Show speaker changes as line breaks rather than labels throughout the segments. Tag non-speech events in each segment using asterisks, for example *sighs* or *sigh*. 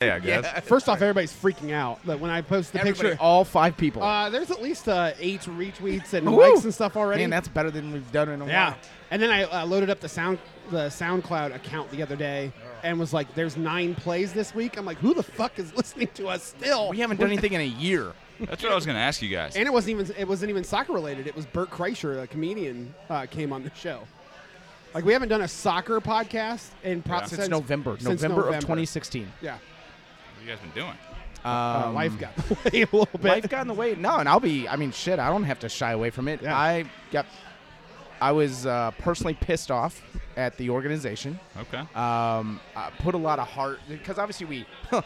*laughs* I guess.
First off, everybody's freaking out. Like when I post the
Everybody,
picture,
all five people.
uh, there's at least uh, eight retweets and
Woo!
likes and stuff already.
Man, that's better than we've done in a
yeah.
while.
And then I uh, loaded up the sound the SoundCloud account the other day and was like, "There's nine plays this week." I'm like, "Who the fuck is listening to us still?"
We haven't done anything in a
*laughs*
year.
That's what I was going to ask you guys.
And it wasn't even it wasn't even soccer related. It was Bert Kreischer, a comedian, uh, came on the show. Like we haven't done a soccer podcast in probably
Since November.
since
November, of
November.
2016.
Yeah,
What you guys been doing?
uh,
Um,
life got *laughs* away a little bit.
life got in the way. No, and I'll be. I mean, shit. I don't have to shy away from it.
Yeah.
I got. I was uh, personally pissed off at the organization.
Okay.
Um, I put a lot of heart because obviously we. *laughs*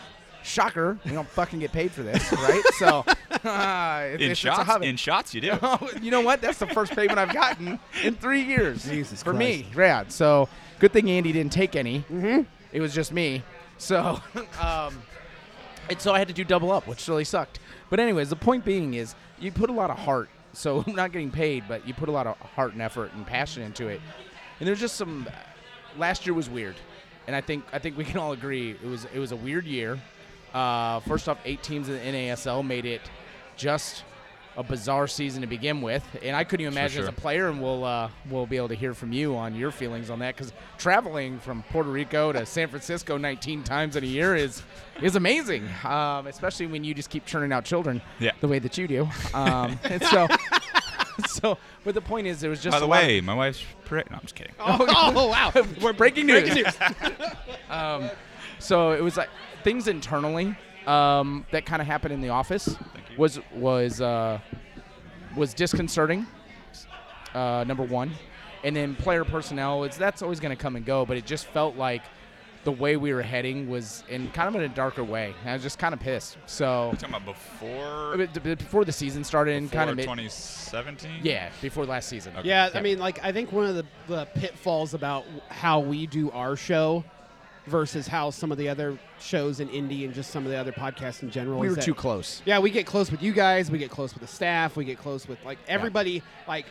Shocker, we don't fucking get paid for this, right? So, *laughs* uh, it's,
in
it's a
shots,
hobby. Oh,
in shots,
*laughs*
you do.
you know what? That's the first payment I've gotten in three years.
Jesus
for me,
Christ.
yeah. So good thing Andy didn't take any. Mm-hmm. It was just me. So, *laughs* um, and so I had to do double up, which really sucked. But anyways, the point being is you put a lot of heart. So *laughs* I'm not getting paid, but you put a lot of heart and effort and passion into it. And there's just some. Last year was weird, and I think I think we can all agree it was it was a weird year. Uh, first off, eight teams in the NASL made it just a bizarre season to begin with, and I couldn't even imagine
sure.
as a player. And we'll uh, we'll be able to hear from you on your feelings on that because traveling from Puerto Rico to San Francisco 19 times in a year is is amazing, um, especially when you just keep churning out children
Yeah.
the way that you do. Um, *laughs* and so. So, but the point is, there was just.
By the
a lot of-
way, my wife's pregnant. No, I'm just kidding.
Oh, oh, wow!
*laughs* we're breaking news. *laughs* um, so it was like things internally um, that kind of happened in the office
you.
was was uh, was disconcerting. Uh, number one, and then player personnel. It's that's always going to come and go, but it just felt like the way we were heading was in kind of in a darker way. And I was just kind of pissed. So
talking about before,
I mean, d- d- before the season started, and kind of mid-
2017?
yeah, before last season.
Okay.
Yeah, I
Yeah.
mean, like I think one of the, the pitfalls about how we do our show versus how some of the other shows in indie and just some of the other podcasts in general.
We
is
were
that-
too close.
Yeah, we get close with you guys. We get close with the staff. We get close with like everybody like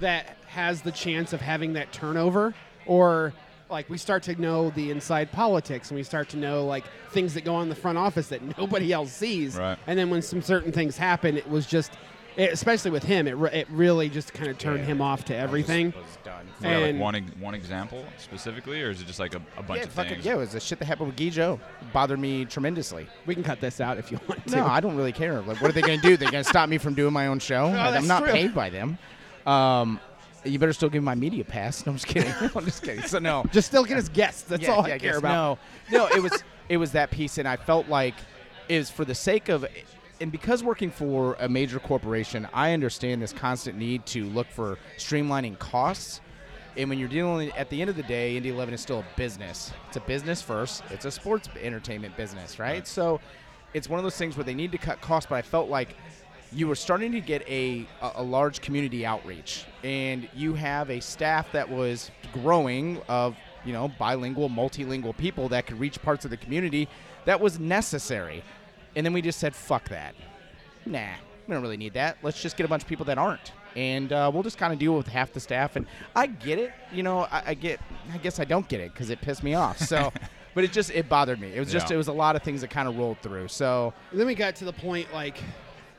that has the chance of having that turnover or like we start to know the inside politics and we start to know like things that go on in the front office that *laughs* nobody else sees.
Right.
And then when some certain things happen, it was just it, especially with him, it, re- it really just kind of turned him off to everything.
was done.
We got, like
And-
one, ex- one example specifically, or is it just like a, a bunch
Yeah,
of
fucking,
things?
yeah, it was the shit that happened with Gijo. Bothered me tremendously.
We can cut this out if you *laughs* want to.
No, I don't really care. Like, what are they going to do? They're going to stop me from doing my own show? Like,
that's
I'm not
true.
paid by them. Um, you better still give my media pass. *laughs* No, I'm just kidding. I'm just kidding. So no,
just still get his guests. That's all I
yeah,
care
guess-
about.
No, no, it was it was that piece, and I felt like is for the sake of, and because working for a major corporation, I understand this constant need to look for streamlining costs. And when you're dealing at the end of the day, Indy Eleven is still a business. It's a business first. It's a sports entertainment business, right? So, it's one of those things where they need to cut costs. But I felt like you were starting to get a, a, a large community outreach and you have a staff that was growing of you know bilingual multilingual people that could reach parts of the community that was necessary and then we just said fuck that nah we don't really need that let's just get a bunch of people that aren't and uh, we'll just kind of deal with half the staff and i get it you know i, I get i guess i don't get it because it pissed me off so but it just it bothered me it was just
Yeah.
it was a lot of things that kind of rolled through so
Then we got to the point like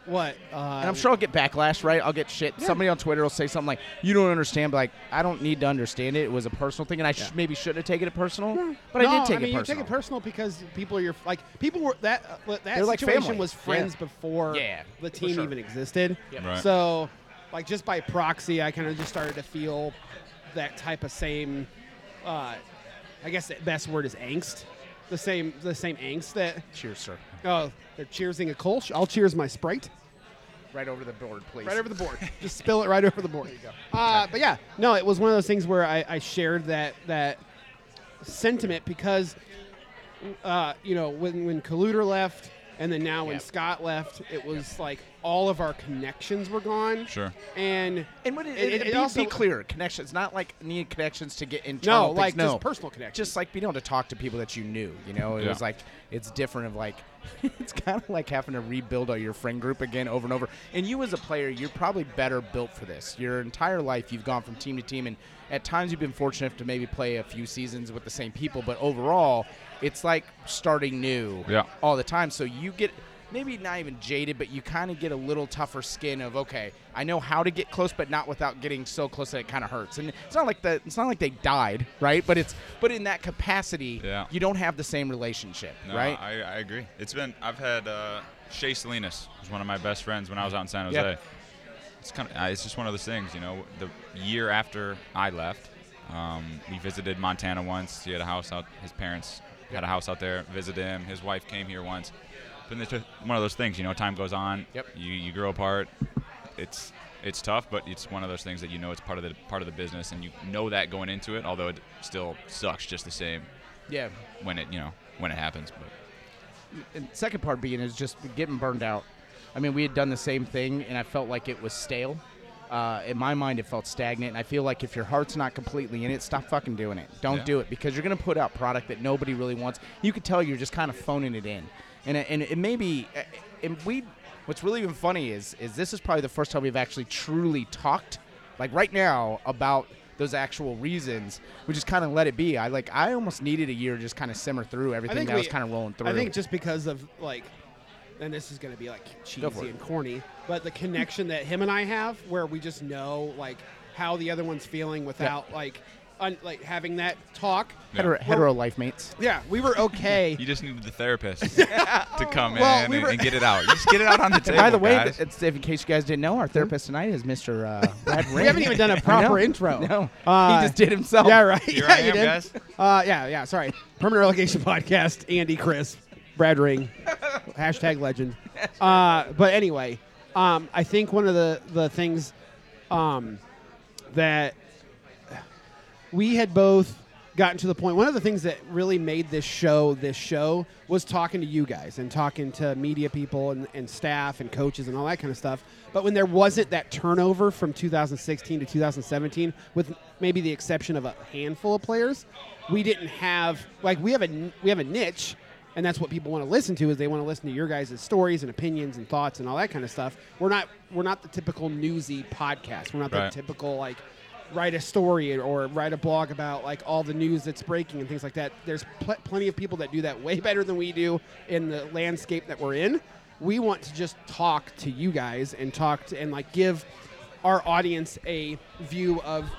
what uh,
and I'm sure I'll get backlash, right? I'll get shit. Somebody on Twitter will say something like, "You don't understand," but like, I don't need to understand it. It was a personal thing, and I sh- maybe shouldn't have taken it personal, but
No,
I did take
mean,
it
you
personal.
take it personal because people are your like people were that uh, that
They're like
situation
family.
was friends
Yeah.
before
Yeah,
the
for
team
sure.
even existed.
Yep.
Right.
So, like just by proxy, I kind of just started to feel that type of same. Uh, I guess the best word is angst. The same the same angst that
Cheers, sir.
oh they're cheersing a Kolsch. I'll cheers my Sprite.
Right over the board, please.
Right over the board. Just spill it right over the board. Uh, but yeah, no, it was one of those things where I, I shared that that sentiment because uh, you know when when Kaluder left and then now when
Yep.
Scott left, it was like all of our connections were gone.
Sure.
And
And what it,
It-
it,
it
be,
also-
be clear, connections. Not like need connections to get internal.
no,
things,
like
no.
just personal connections.
Just like being able to talk to people that you knew. You know, it
Yeah.
was like it's different. Of like, *laughs* it's kind of like having to rebuild all your friend group again over and over. And you as a player, you're probably better built for this. Your entire life, you've gone from team to team, and at times you've been fortunate to maybe play a few seasons with the same people. But overall, it's like starting new
Yeah.
all the time. So you get maybe not even jaded, but you kind of get a little tougher skin of okay, I know how to get close, but not without getting so close that it kind of hurts. And it's not like that. It's not like they died, right? But it's but in that capacity,
Yeah.
you don't have the same relationship,
No,
right?
I, I agree. It's been I've had uh, Shea Salinas was one of my best friends when I was out in San Jose.
Yeah.
It's kind of uh, it's just one of those things, you know. The year after I left, um, we visited Montana once. He had a house out. His parents had a house out there. Visited him. His wife came here once. But it's just one of those things, you know. Time goes on.
Yep.
You you grow apart. It's it's tough, but it's one of those things that you know it's part of the part of the business, and you know that going into it. Although it still sucks just the same
yeah.
when it you know when it happens. But
And second part being is just getting burned out. I mean, we had done the same thing, and I felt like it was stale. Uh, in my mind, it felt stagnant, and I feel like if your heart's not completely in it, stop fucking doing it. Don't
Yeah.
do it because you're gonna put out product that nobody really wants. You could tell you're just kind of phoning it in, and and it may be. And we, what's really even funny is is this is probably the first time we've actually truly talked, like right now, about those actual reasons. We just kind of let it be. I like I almost needed a year to just kind of simmer through everything that
we-
was kind of rolling through.
I think just because of like, and this is going to be like
for
cheesy
it.
and corny, but the connection that him and I have, where we just know like how the other one's feeling without like, un- like having that talk.
Yeah.
hetero, hetero life mates.
Yeah, we were okay.
*laughs* You just needed the therapist to come
Well,
in
we
and,
were-
and get it out. You just get it out on the table.
By the way,
guys.
th- it's, if, in case you guys didn't know, our therapist tonight is Mr.
*laughs*
Uh, Brad
Hmm? we haven't even
*laughs*
*laughs*
done a proper intro.
No,
*laughs* Uh,
he just did himself.
Yeah, right.
Here
yeah,
I
you
am,
did.
guys.
Uh, yeah, yeah. Sorry. Permanent Relegation Podcast. Andy, Chris, Brad
*laughs*
Ring, hashtag legend. Uh, but anyway, um, I think one of the the things um, that we had both gotten to the point. One of the things that really made this show this show was talking to you guys and talking to media people and, and staff and coaches and all that kind of stuff. But when there wasn't that turnover from 2016 to 2017, with maybe the exception of a handful of players, we didn't have like we have a n- we have a niche. And that's what people want to listen to is they want to listen to your guys' stories and opinions and thoughts and all that kind of stuff. We're not we're not the typical newsy podcast. We're not
Right.
the typical like write a story or write a blog about like all the news that's breaking and things like that. There's pl- plenty of people that do that way *laughs* better than we do in the landscape that we're in. We want to just talk to you guys and talk to, and like give our audience a view of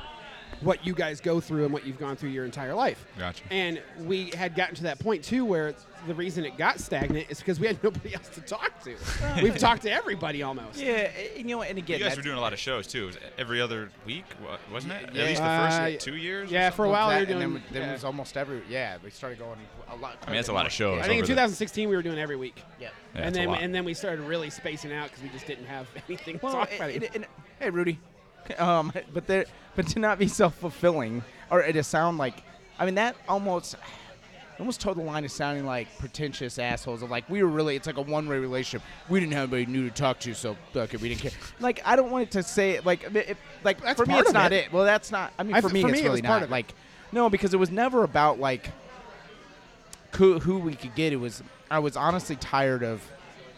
what you guys go through and what you've gone through your entire life.
Gotcha.
And we had gotten to that point too where the reason it got stagnant is because we had *laughs* nobody else to talk to. We've talked to everybody
*laughs*
almost.
Yeah, and, you know, and again,
you guys
that's-
were doing a lot of shows too. It was every other week, wa- wasn't it?
Yeah.
At least the first
Uh,
like, two years. or
yeah,
something?
for a while we were
that, and
doing.
then, we- then
yeah.
it was almost every. Yeah, we started going a lot.
I mean, that's a lot of shows.
I think in
over the-
2016 we were doing every week.
Yeah.
Yeah,
and
it's a
then
lot.
and then we started really spacing out because we just didn't have *laughs* anything to
Well,
talk
it-
about.
it- it- hey, Rudy. Um, *laughs* but there, but to not be self-fulfilling or to sound like, I mean, that almost, almost towed the line of sounding like pretentious assholes. Of like, we were really, it's like a one-way relationship. We didn't have anybody new to talk to, so fuck it, we didn't care. Like, I don't want it to say like, if- if- like
That's
for me,
part
it's
of
not
it.
it. Well, that's not. I mean,
I-
for me,
for
it's
me, it
really
was
not.
part of it.
like, no, because it was never about like who, who we could get. It was I was honestly tired of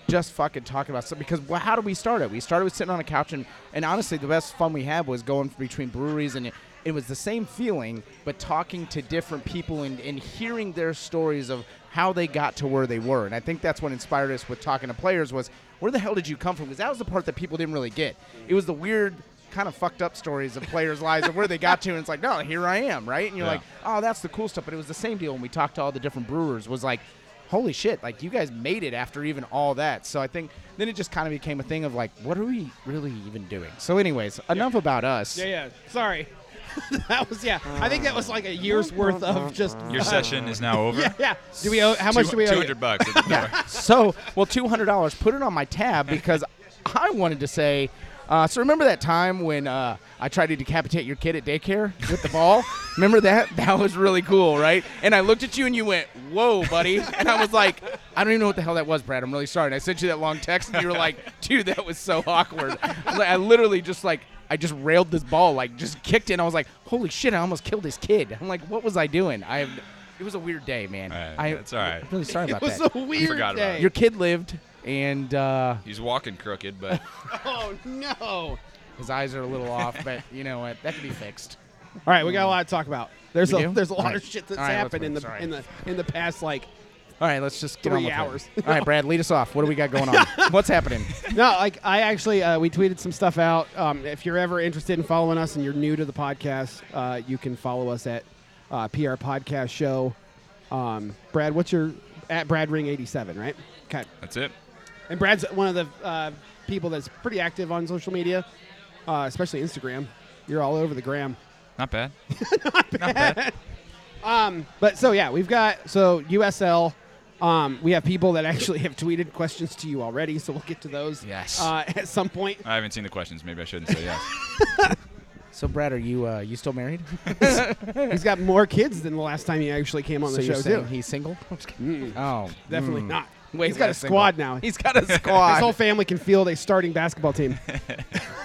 just fucking talking about stuff because well, how did we start it? We started with sitting on a couch and and honestly the best fun we had was going between breweries and it, it was the same feeling but talking to different people and, and hearing their stories of how they got to where they were and I think that's what inspired us with talking to players was where the hell did you come from because that was the part that people didn't really get it was the weird kind of fucked up stories of players *laughs* lives of where they got to and it's like no here I am right and you're
Yeah.
like oh that's the cool stuff but it was the same deal when we talked to all the different brewers was like holy shit like you guys made it after even all that so i think then it just kind of became a thing of like what are we really even doing so anyways enough about us
yeah, yeah. Sorry, *laughs* that was yeah. I think that was like a year's worth of just.
Your session is now over.
yeah, yeah. Do we owe? How much do we owe?
Two
you?
hundred bucks. at the door.
so well $200 put it on my tab because i wanted to say uh, so remember that time when uh, i tried to decapitate your kid at daycare with the ball Remember that? *laughs* That was really cool, right? And I looked at you and you went, "Whoa, buddy!" And I was like, "I don't even know what the hell that was, Brad. I'm really sorry." And I sent you that long text, and you were like, "Dude, that was so awkward." I, was like, I literally just like I just railed this ball, like just kicked it. And I was like, "Holy shit! I almost killed this kid." I'm like, "What was I doing?" I have. It was a weird day, man.
All right,
I,
it's all right.
I'm really sorry
*laughs* It
about
was
that.
a weird
forgot about
day.
it.
Your kid lived, and uh,
He's walking crooked, but
*laughs* oh no!
his eyes are a little off, but you know what? That could be fixed.
All right, we got a lot to talk about. There's
We
a
do?
there's a lot
Alright.
of shit that's
Alright, let's
happened in the
move. Sorry.
in the in the past. Like,
All right, let's just get on
Three
with it.
hours.
All right, Brad, lead us off. What do we got going *laughs* on? What's happening?
no, like I actually uh, we tweeted some stuff out. Um, if you're ever interested in following us and you're new to the podcast, uh, you can follow us at uh, PR Podcast Show. Um, Brad, what's your at Brad Ring eighty seven, right? Okay,
that's it.
and Brad's one of the uh, people that's pretty active on social media, uh, especially Instagram. You're all over the gram.
Not bad.
But so yeah, we've got so USL. Um, we have people that *laughs* actually have tweeted questions to you already, so we'll get to those
Yes.
uh, *laughs* at some point.
I haven't seen the questions. Maybe I shouldn't say *laughs* yes.
So, Brad, are you uh, you still married?
He's got more kids than the last time he actually came on
so
the
you're
show
saying
too.
he's single? I'm just kidding. *laughs* Oh,
Definitely
mm.
not.
Way
He's got a
less
squad
single.
now.
He's got a squad. *laughs*
His whole family can field a starting basketball team.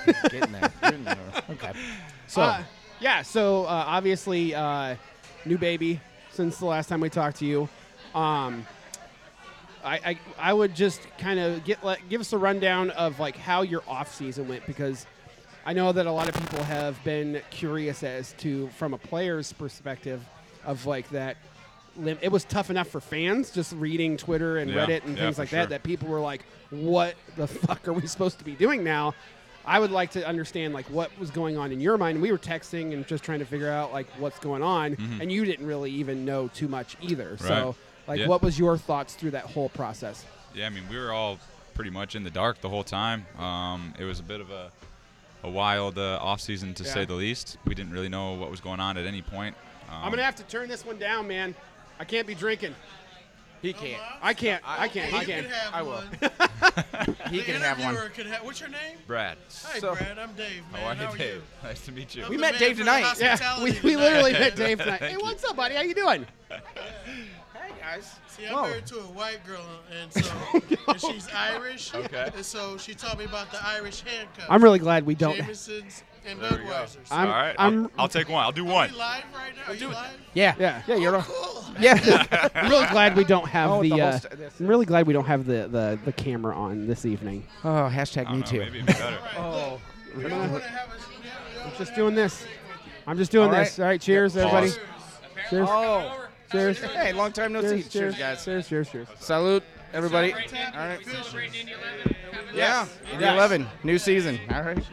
Getting there. Getting there. Okay. So,
Uh, yeah, so uh, obviously, uh, new baby since the last time we talked to you. Um, I, I, I would just kind of get like, give us a rundown of like how your off season went because I know that a lot of people have been curious as to from a player's perspective of like that. lim- It was tough enough for fans just reading Twitter and
Yeah,
Reddit and
yeah,
things
for
like
sure.
that that people were like, "What the fuck are we supposed to be doing now?" I would like to understand like what was going on in your mind. We were texting and just trying to figure out like what's going on, and you didn't really even know too much either. So,
Mm-hmm. Right.
like,
Yeah.
what was your thoughts through that whole process?
Yeah, I mean, we were all pretty much in the dark the whole time. Um, it was a bit of a, a wild uh, offseason, to
Yeah.
say the least. We didn't really know what was going on at any point. Um,
I'm gonna have to turn this one down, man. I can't be drinking.
he can't.
I can't. I can't. I
You
can't.
can have
I will.
one.
He
the
can have
interviewer
one.
Could have, what's your name?
Brad.
Hey,
So-
Brad. I'm Dave, man.
How are you,
How are
Dave?
you?
*laughs* Nice to meet you.
I'm
We
the
met
man
Dave
for the
tonight.
Yeah, *laughs*
hospitality
we, we
tonight.
literally
*laughs*
met Dave tonight. Hey, what's up, buddy? How you doing?
Hey, guys.
See, I'm
Whoa.
married to a white girl, and so and she's Irish.
Okay.
And so she taught me about the Irish handcuffs.
I'm really glad we don't.
Jamesons and
There we go.
Budweisers.
I'm-
All right,
I'm-
I'll- I'll take one. I'll do
Are
one.
we live right now? Are you live?
Yeah.
*laughs* Yeah, yeah, you're.
Cool.
Yeah.
*laughs* I'm really glad we don't have
Oh,
the.
the whole
uh,
st- this-
I'm really glad we don't have the, the the camera on this evening.
oh, hashtag
I don't
me
know,
too.
Maybe it'd
*laughs*
be better.
All right.
Oh.
Look, we all wanna have a- we all wanna have
Just
a
doing this. I'm just doing
All right.
this. All right, cheers, everybody.
Pause.
Cheers.
Oh.
Cheers.
Hey, long time no see.
Cheers,
Cheers, guys.
Cheers, cheers, cheers.
Salute, everybody.
tap.
All right.
Fishers.
Yeah. Indy 11. New season. All right.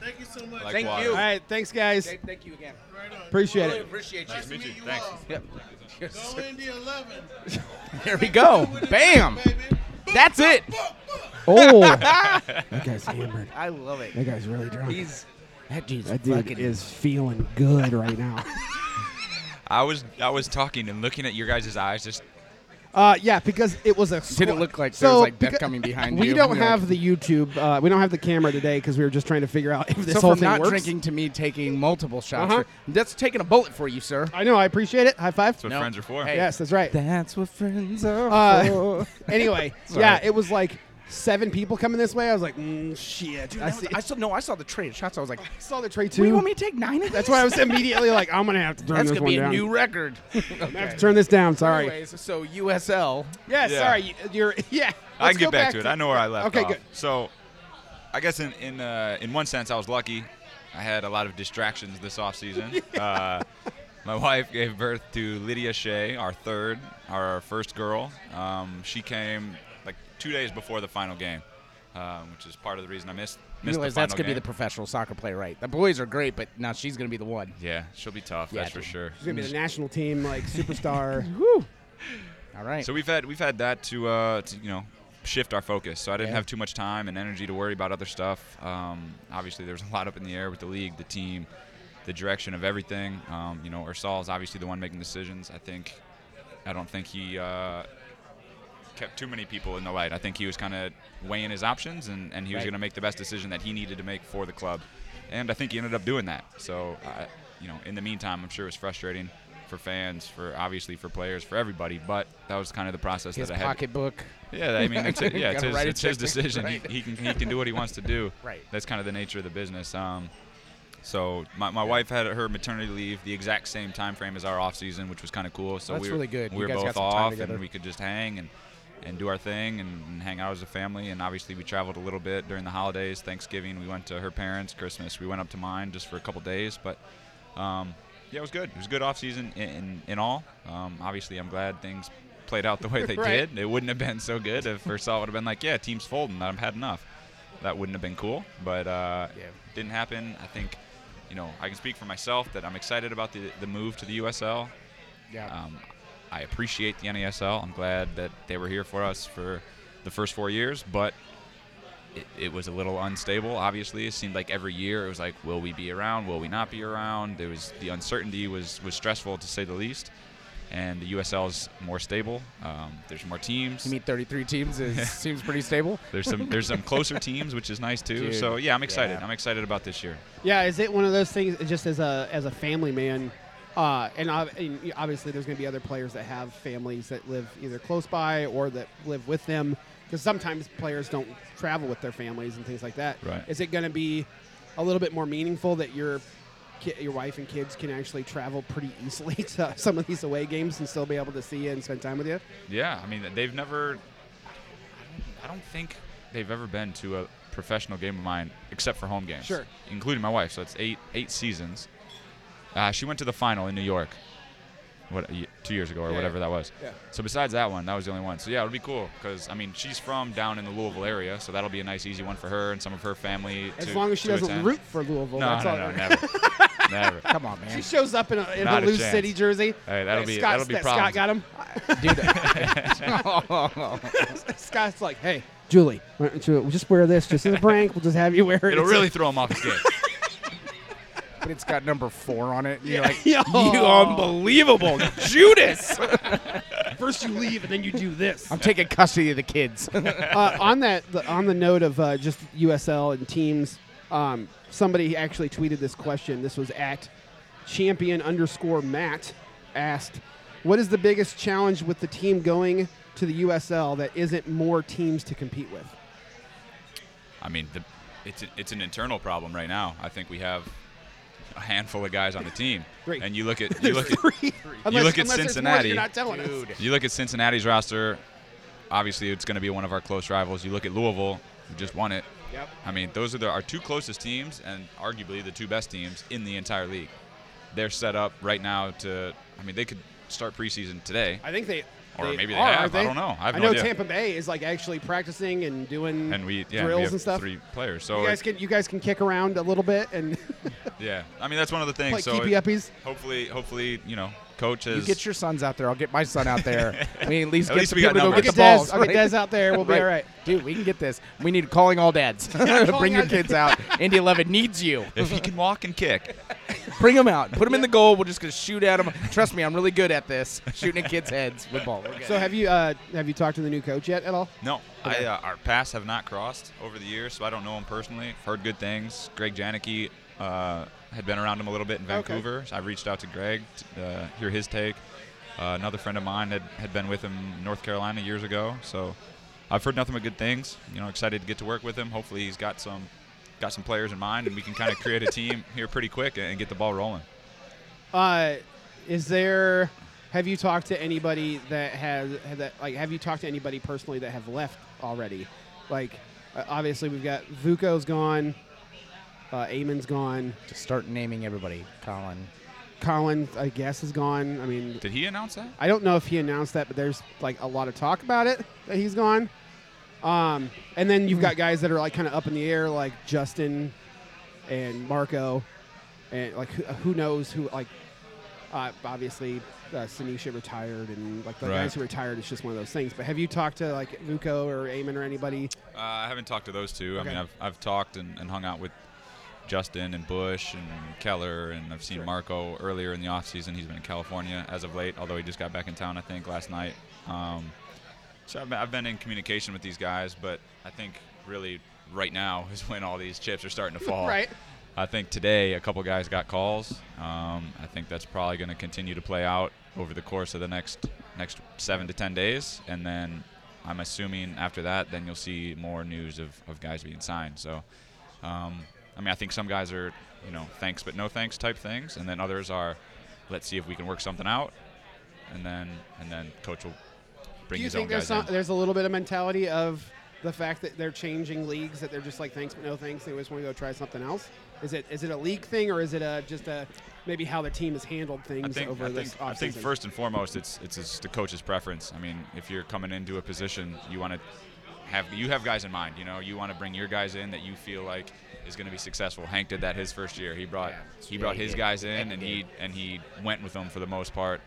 Thank you so much.
Like
Thank
water.
you.
All right, thanks, guys.
Thank you again.
Right on.
Appreciate *laughs* it.
appreciate
Nice to
meet
meet
you.
you
Thanks.
all.
Yep.
Go Indy 11.
There we go. Bam.
Baby.
That's it.
Oh, that guy's hammered.
I love it.
That guy's really drunk.
He's that dude's
that dude
fucking
is feeling good right now.
I was I was talking and looking at your guys' eyes. Just
*laughs* Uh, yeah, because it was a.
Did it look like there was, like, death coming behind
we
you?
We don't
You're
have
like-
the YouTube. Uh, we don't have the camera today because we were just trying to figure out *laughs* if this
so
whole
from
thing
not
works.
drinking to me taking multiple shots,
Uh-huh.
that's taking a bullet for you, sir.
I know. I appreciate it. High five.
that's what
No.
friends are for.
Hey.
Yes, that's right.
That's what friends are
Uh, *laughs* anyway,
Sorry.
yeah, it was like seven people coming this way. I was like, mm, shit.
Dude,
I,
that was-
see-
I saw no, I saw the trade of shots. I was
*laughs*
like,
I saw the tray too.
"Do you want me to take nine of
That's
these?"
why I *laughs* was immediately like, I'm gonna have to turn
That's
this
gonna
one
be a
down.
new
*laughs*
record.
I have
okay.
to turn this down. Sorry.
Anyways, so USL.
yeah,
Yeah.
sorry. you- You're *laughs* yeah.
I
Let's
can
go
get back, to it. I know where I left
Okay,
off.
good.
So, I guess in in uh, in one sense, I was lucky. I had a lot of distractions this off season. uh, my wife gave birth to Lydia Shea, our third, our first girl. Um, she came like two days before the final game, um, which is part of the reason I missed.
You
missed
realize
the final
that's gonna be
game.
the professional soccer player, right? The boys are great, but now she's gonna be the one.
yeah, she'll be tough.
Yeah,
that's for
dude.
sure.
It's gonna be the national team like *laughs* superstar.
All right.
So we've had we've had that to, uh, to you know shift our focus. So I didn't
Yeah.
have too much time and energy to worry about other stuff. Um, obviously, there's a lot up in the air with the league, the team, the direction of everything. Um, you know, Ursal's obviously the one making decisions. I think I don't think he uh, kept too many people in the light. I think he was kind of weighing his options, and, and he was
Right.
going to make the best decision that he needed to make for the club. And I think he ended up doing that. So, I, you know, in the meantime, I'm sure it was frustrating for fans, for obviously for players, for everybody. But that was kind of the process
His
that I had.
pocketbook.
Yeah, I mean, it's,
*laughs*
yeah, it's
Gotta
his,
write a
it's his
check.
decision.
*laughs* Right.
He, he can he can do what he wants to do.
*laughs* Right.
That's kind of the nature of the business. Um, so my, my wife had her maternity leave the exact same time frame as our off season, which was kind of cool. So
That's
we were,
really good.
We
You
were
guys got
both
some time
off,
together.
and we could just hang and and do our thing and, and hang out as a family. And obviously, we traveled a little bit during the holidays. Thanksgiving, we went to her parents. Christmas, we went up to mine just for a couple days, but. Um, yeah, it was good. It was a good offseason in, in, in all. Um, obviously, I'm glad things played out the way they
Right.
did. It wouldn't have been so good if Versal would have been like, yeah, team's folding. I've had enough. That wouldn't have been cool, but uh,
Yeah.
didn't happen. I think, you know, I can speak for myself that I'm excited about the, the move to the USL.
Yeah.
Um, I appreciate the NASL. I'm glad that they were here for us for the first four years, but it, it was a little unstable. Obviously, it seemed like every year it was like, will we be around? Will we not be around? There was the uncertainty was was stressful to say the least. And the USL is more stable. Um, there's more teams.
you meet 33 teams is, seems pretty stable.
There's some there's
*laughs*
some closer teams, which is nice too.
Dude,
so yeah, I'm excited.
yeah.
I'm excited about this year.
Yeah, is it one of those things? Just as a as a family man, uh, and, ob- and obviously there's going to be other players that have families that live either close by or that live with them. Because sometimes players don't travel with their families and things like that.
Right.
Is it going to be a little bit more meaningful that your ki- your wife and kids can actually travel pretty easily *laughs* to some of these away games and still be able to see you and spend time with you?
Yeah, I mean they've never. I don't, I don't think they've ever been to a professional game of mine except for home games.
Sure.
Including my wife, so it's eight eight seasons. Uh, she went to the final in New York, what y- two years ago or
Yeah,
whatever that was.
yeah.
So besides that one, that was the only one. So yeah, it'll be cool because I mean she's from down in the Louisville area, so that'll be a nice easy one for her and some of her family.
As
to-
long as she
to
doesn't
attend.
root for Louisville,
No,
that's all.
no, no,
that-
never, never.
*laughs*
Come on,
She
man.
shows up in a, in a
Not a
loose
chance.
city jersey.
Hey, that'll
Hey,
be- that'll
Scott's-
be
that
problems.
Scott got him.
Dude, that-
*laughs*
*laughs* Scott's like, hey, Julie, why don't you- just wear this just as a prank. We'll just have you wear it.
It'll
It's
really throw him off his game.
but it's got number four on it. and You're like,
Yo.
you unbelievable Judas.
like, first you leave and then you do this.
I'm taking custody of the kids. *laughs*
*laughs* uh, on that, the, on the note of uh, just USL and teams, um, somebody actually tweeted this question. This was at champion underscore Matt asked, "What is the biggest challenge with the team going to the USL that isn't more teams to compete with?"
I mean, the, it's it's an internal problem right now. I think we have a handful of guys on the team,
*laughs* Three.
and you look at you look at
Three. Unless-
look at
unless there's more that
Cincinnati.
You're not telling us.
Dude.
you look at Cincinnati's roster. Obviously, it's going to be one of our close rivals. You look at Louisville, who just won it.
Yep.
I mean, those are the, our two closest teams, and arguably the two best teams in the entire league. They're set up right now to. I mean, they could start preseason today.
I think they.
Or
they
maybe they
are,
have.
aren't
I don't know. I have no
know
idea.
Tampa Bay is like actually practicing and doing
And we, yeah,
drills
we have
and stuff.
three players. So,
You guys can you guys can kick around a little bit and *laughs*
yeah, I mean that's one of the things.
like
so,
keepy
it-
uppies.
hopefully, hopefully, you know, coach
You
is
get your sons out there. I'll get my son out there. I mean, at least
At
get
least
some
we got
people to go
numbers.
get the
Des,
balls.
I'll get
right?
Des out
*laughs*
there. We'll be all right.
Dude, we can get this. We need calling all dads. *laughs* Bring
calling
your
all-
kids out. Indy 11 needs you.
if he can walk and kick.
Bring them out. Put them in the goal. We're just going to shoot at them. Trust me, I'm really good at this. Shooting at kids' heads with ball. We're good.
So have you uh, have you talked to the new coach yet at all?
No, I, uh, our paths have not crossed over the years, so I don't know him personally. I've heard good things. Greg Janicki uh, had been around him a little bit in
Okay.
Vancouver. So I reached out to Greg to uh, hear his take. Uh, another friend of mine had, had been with him in North Carolina years ago, so I've heard nothing but good things. You know, excited to get to work with him. Hopefully, he's got some got some players in mind, and we can kind of create a team here pretty quick and get the ball rolling.
Uh, is there have you talked to anybody that has have that like have you talked to anybody personally that have left already? Like uh, obviously we've got Vuko's gone, uh, Eamon's gone,
Just start naming everybody. Colin.
Collins I guess is gone. I mean
Did he announce that?
I don't know if he announced that, but there's like a lot of talk about it that he's gone. Um, and then you've got guys that are like kind of up in the air, like Justin and Marco, and like who, uh, who knows who like. Uh, obviously, uh, Sinisha retired, and like the
Right.
guys who retired, it's just one of those things. But have you talked to like Vuko or Eamon or anybody?
Uh, I haven't talked to those two.
Okay.
I mean, I've, I've talked and, and hung out with Justin and Bush and Keller, and I've seen Marco earlier in the offseason. He's been in California as of late, although he just got back in town, I think, last night. Um, So I've been, I've been in communication with these guys, but I think really right now *laughs* is when all these chips are starting to fall.
*laughs* Right.
I think today a couple guys got calls. Um, I think that's probably going to continue to play out over the course of the next next seven to ten days, and then I'm assuming after that, then you'll see more news of, of guys being signed. So, um, I mean, I think some guys are you know thanks but no thanks type things, and then others are let's see if we can work something out, and then and then coach will bring
Do you
his
think
own
there's
guys in.
some, there's a little bit of mentality of the fact that they're changing leagues that they're just like thanks but no thanks they always want to go try something else? Is it is it a league thing or is it a just a maybe how the team has handled things
I think,
over
I
this
think, I think
offseason?
first and foremost, it's it's just the coach's preference. I mean, if you're coming into a position, you want to have you have guys in mind. You know, you want to bring your guys in that you feel like is going to be successful. Hank did that his first year. He brought he brought his guys in, and he and he went with them for the most part.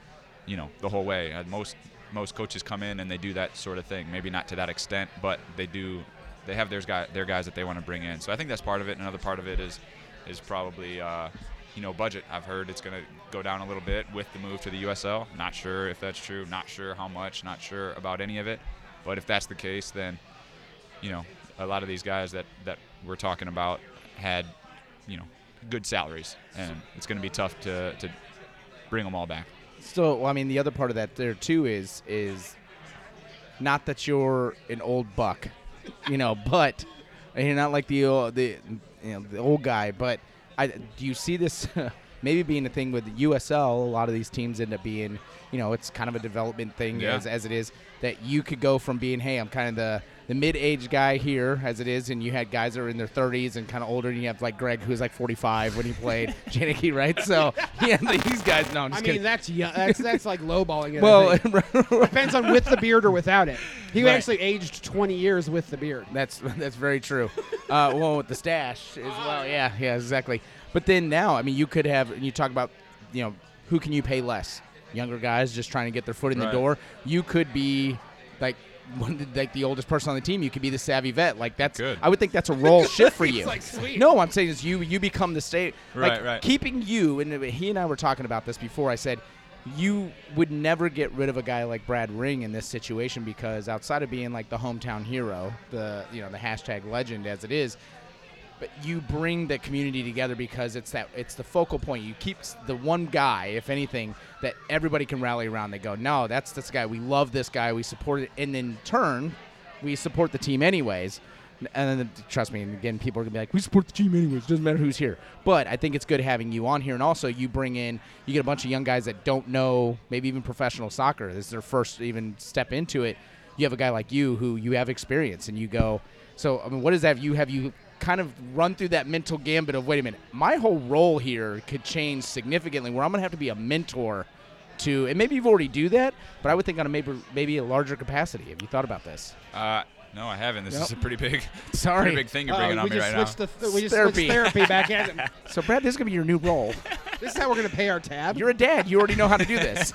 You know, the whole way. Uh, Most most coaches come in and they do that sort of thing. Maybe not to that extent, but they do. They have their guy their guys that they want to bring in. So I think that's part of it. Another part of it is is probably uh, you know budget. I've heard it's going to go down a little bit with the move to the USL. Not sure if that's true. Not sure how much. Not sure about any of it. But if that's the case, then you know a lot of these guys that that we're talking about had you know good salaries, and it's going to be tough to to bring them all back.
So, well, I mean, the other part of that there too is is not that you're an old buck, you know, *laughs* but and you're not like the old, the you know the old guy. But I do you see this *laughs* maybe being a thing with the USL? A lot of these teams end up being, you know, it's kind of a development thing
Yeah.
as, as it is that you could go from being, hey, I'm kind of the the mid-aged guy here as it is, and you had guys that were in their 30s and kind of older, and you have like Greg who's like 45 when he
*laughs*
played Janicki, right? So *laughs* yeah, these guys. No, I'm
I
just
mean
kidding.
that's yo- that's that's like lowballing it. I
Well, *laughs*
*laughs* think. depends on with the beard or without it. He actually aged 20 years with the beard.
that's that's very true. Uh, well, with the stash as well. Yeah, yeah, exactly. But then now, I mean, you could have. and You talk about, you know, who can you pay less? Younger guys just trying to get their foot in the
Right.
door. You could be like *laughs* one, of the- like the oldest person on the team. You could be the savvy vet. Like that's.
Good.
I would think that's a role shift for you.
like, sweet.
No, I'm saying is you you become the state. like,
Right, right.
Keeping you and he and I were talking about this before. I said. You would never get rid of a guy like Brad Ring in this situation because outside of being like the hometown hero, the you know the hashtag legend as it is, but you bring the community together because it's that it's the focal point. You keep s- the one guy, if anything, that everybody can rally around. They go, no, that's this guy. We love this guy. We support it, and in turn, we support the team anyways. And then, trust me, and again, people are gonna be like, we support the team anyways. Doesn't matter who's here. But I think it's good having you on here, and also you bring in, you get a bunch of young guys that don't know, maybe even professional soccer. This is their first even step into it. You have a guy like you who you have experience, and you go. So I mean, what does that? Have you have you kind of run through that mental gambit of wait a minute, my whole role here could change significantly where I'm gonna have to be a mentor to and maybe you've already do that, but I would think on a maybe maybe a larger capacity. Have you thought about this?
Uh, no, I haven't. This
Yep.
is a pretty big, *laughs*
Sorry.
pretty big thing you're
Uh,
bringing on
we
me
just
right now.
switched the th- we just
Therapy.
switched therapy back at
*laughs*
him.
So Brad, this is gonna be your new role.
This is how we're gonna pay our tab.
You're a dad, you already know how to do
*laughs*
this.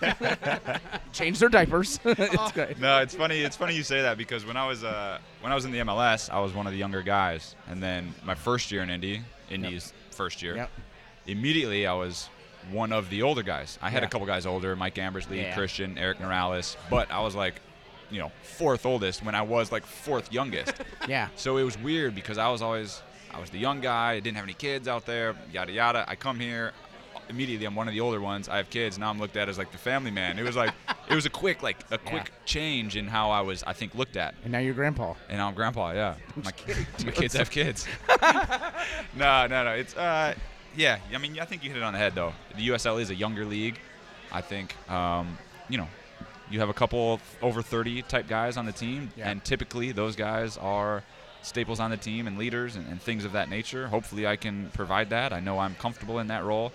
change their diapers. *laughs*
Oh.
it's great.
no, it's funny. It's funny you say that because when I was uh, when I was in the MLS, I was one of the younger guys, and then my first year in Indy, Indy's first year,
Yep.
immediately I was one of the older guys. I had
Yeah.
a couple guys older, Mike Ambersley,
Yeah.
Christian, Eric Morales, but I was like, you know, fourth oldest when I was like fourth youngest.
Yeah.
So it was weird because I was always I was the young guy. I didn't have any kids out there. Yada yada. I come here immediately. I'm one of the older ones. I have kids. Now I'm looked at as like the family man. It was like it was a quick like a quick change in how I was I think looked at.
And now you're grandpa.
And now I'm grandpa. Yeah, my, *laughs* my kids have kids. no, no, no. It's uh, yeah. I mean, I think you hit it on the head though. The USL is a younger league. I think um, you know, you have a couple over 30 type guys on the team,
Yeah.
and typically those guys are staples on the team and leaders and, and things of that nature. Hopefully, I can provide that. I know I'm comfortable in that role.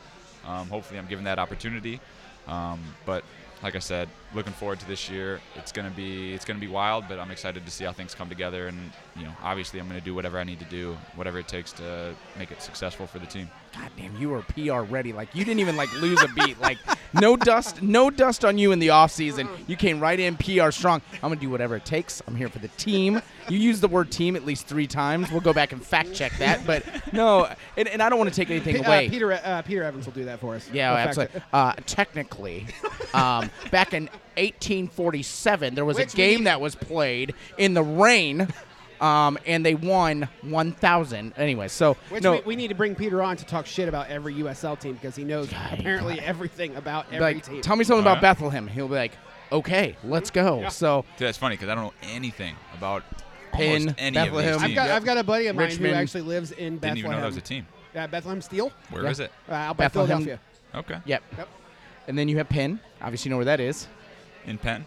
Um, hopefully, I'm given that opportunity. Um, but like I said, looking forward to this year. It's gonna be it's gonna be wild, but I'm excited to see how things come together. And you know, obviously, I'm gonna do whatever I need to do, whatever it takes to make it successful for the team.
God damn, you were PR ready. Like you didn't even like lose a beat. Like no dust, no dust on you in the off season. You came right in PR strong. I'm gonna do whatever it takes. I'm here for the team. You used the word team at least three times. We'll go back and fact check that. But no, and, and I don't want to take anything
P- uh,
away.
Peter uh, Peter Evans will do that for us.
Yeah,
We'll fact
absolutely. Uh, technically, um, game. Back in 1847, there was
Which
a
we
game
need-
that was played in the rain, um, and they won 1,000. Anyway, so
Which
no,
we, we need to bring Peter on to talk shit about every USL team because he knows apparently everything about every
like,
team.
tell me something
All
about
right.
Bethlehem. He'll be like, okay, let's go. So
Dude, that's funny because I don't know anything about
Penn,
almost any
Bethlehem.
of these
I've
teams.
got, I've got a buddy of mine
Richmond.
who actually lives in Bethlehem.
Didn't even know that was a team.
Yeah, Bethlehem Steel,
Where is
Yeah.
it?
uh, out by
Bethlehem-
Philadelphia.
Okay.
Yep.
Yep.
And then you have Penn. Obviously, you know where that is.
In Penn,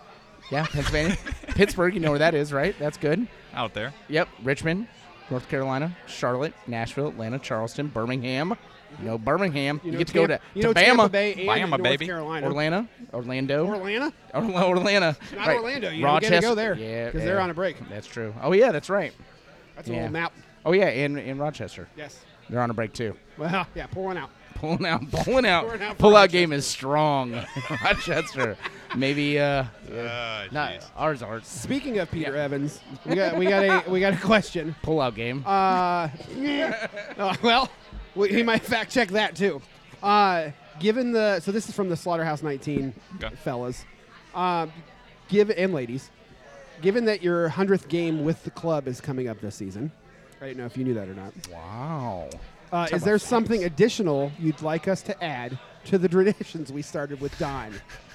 Yeah,
*laughs*
Pennsylvania. Pittsburgh, you know where that is, right? That's good.
out there.
Yep. Richmond, North Carolina, Charlotte, Nashville, Atlanta, Charleston, Birmingham. You know Birmingham. You,
know
get to
Tampa-
go to,
you
to
know Tampa
Bama,
Bay and
Bama,
North
baby.
Carolina.
Orlando, Orlando, *laughs* Orlando,
Orlando?
Orlando.
Not
Right.
Orlando. You don't
Rochester.
get to go there
Yeah,
because they're
yeah.
on a break.
That's true. Oh yeah, that's right.
That's a
Yeah.
little map.
Oh yeah, and in Rochester,
Yes.
they're on a break too.
Well, *laughs* yeah, pour one out.
Pulling out, pulling out,
Pouring out for
pull out
Rochester.
game is strong. *laughs* Rochester, maybe uh,
Uh,
not ours aren't
Speaking of Peter Evans, we got we got a we got a *laughs* question.
pull out game.
Uh, *laughs* uh, well, we, he might fact check that too. Uh, given the so this is from the Slaughterhouse 19
Okay.
fellas, um, give and ladies, given that your hundredth game with the club is coming up this season, I don't know if you knew that or not.
wow.
Uh, is there something additional you'd like us to add to the *laughs* traditions we started with Don,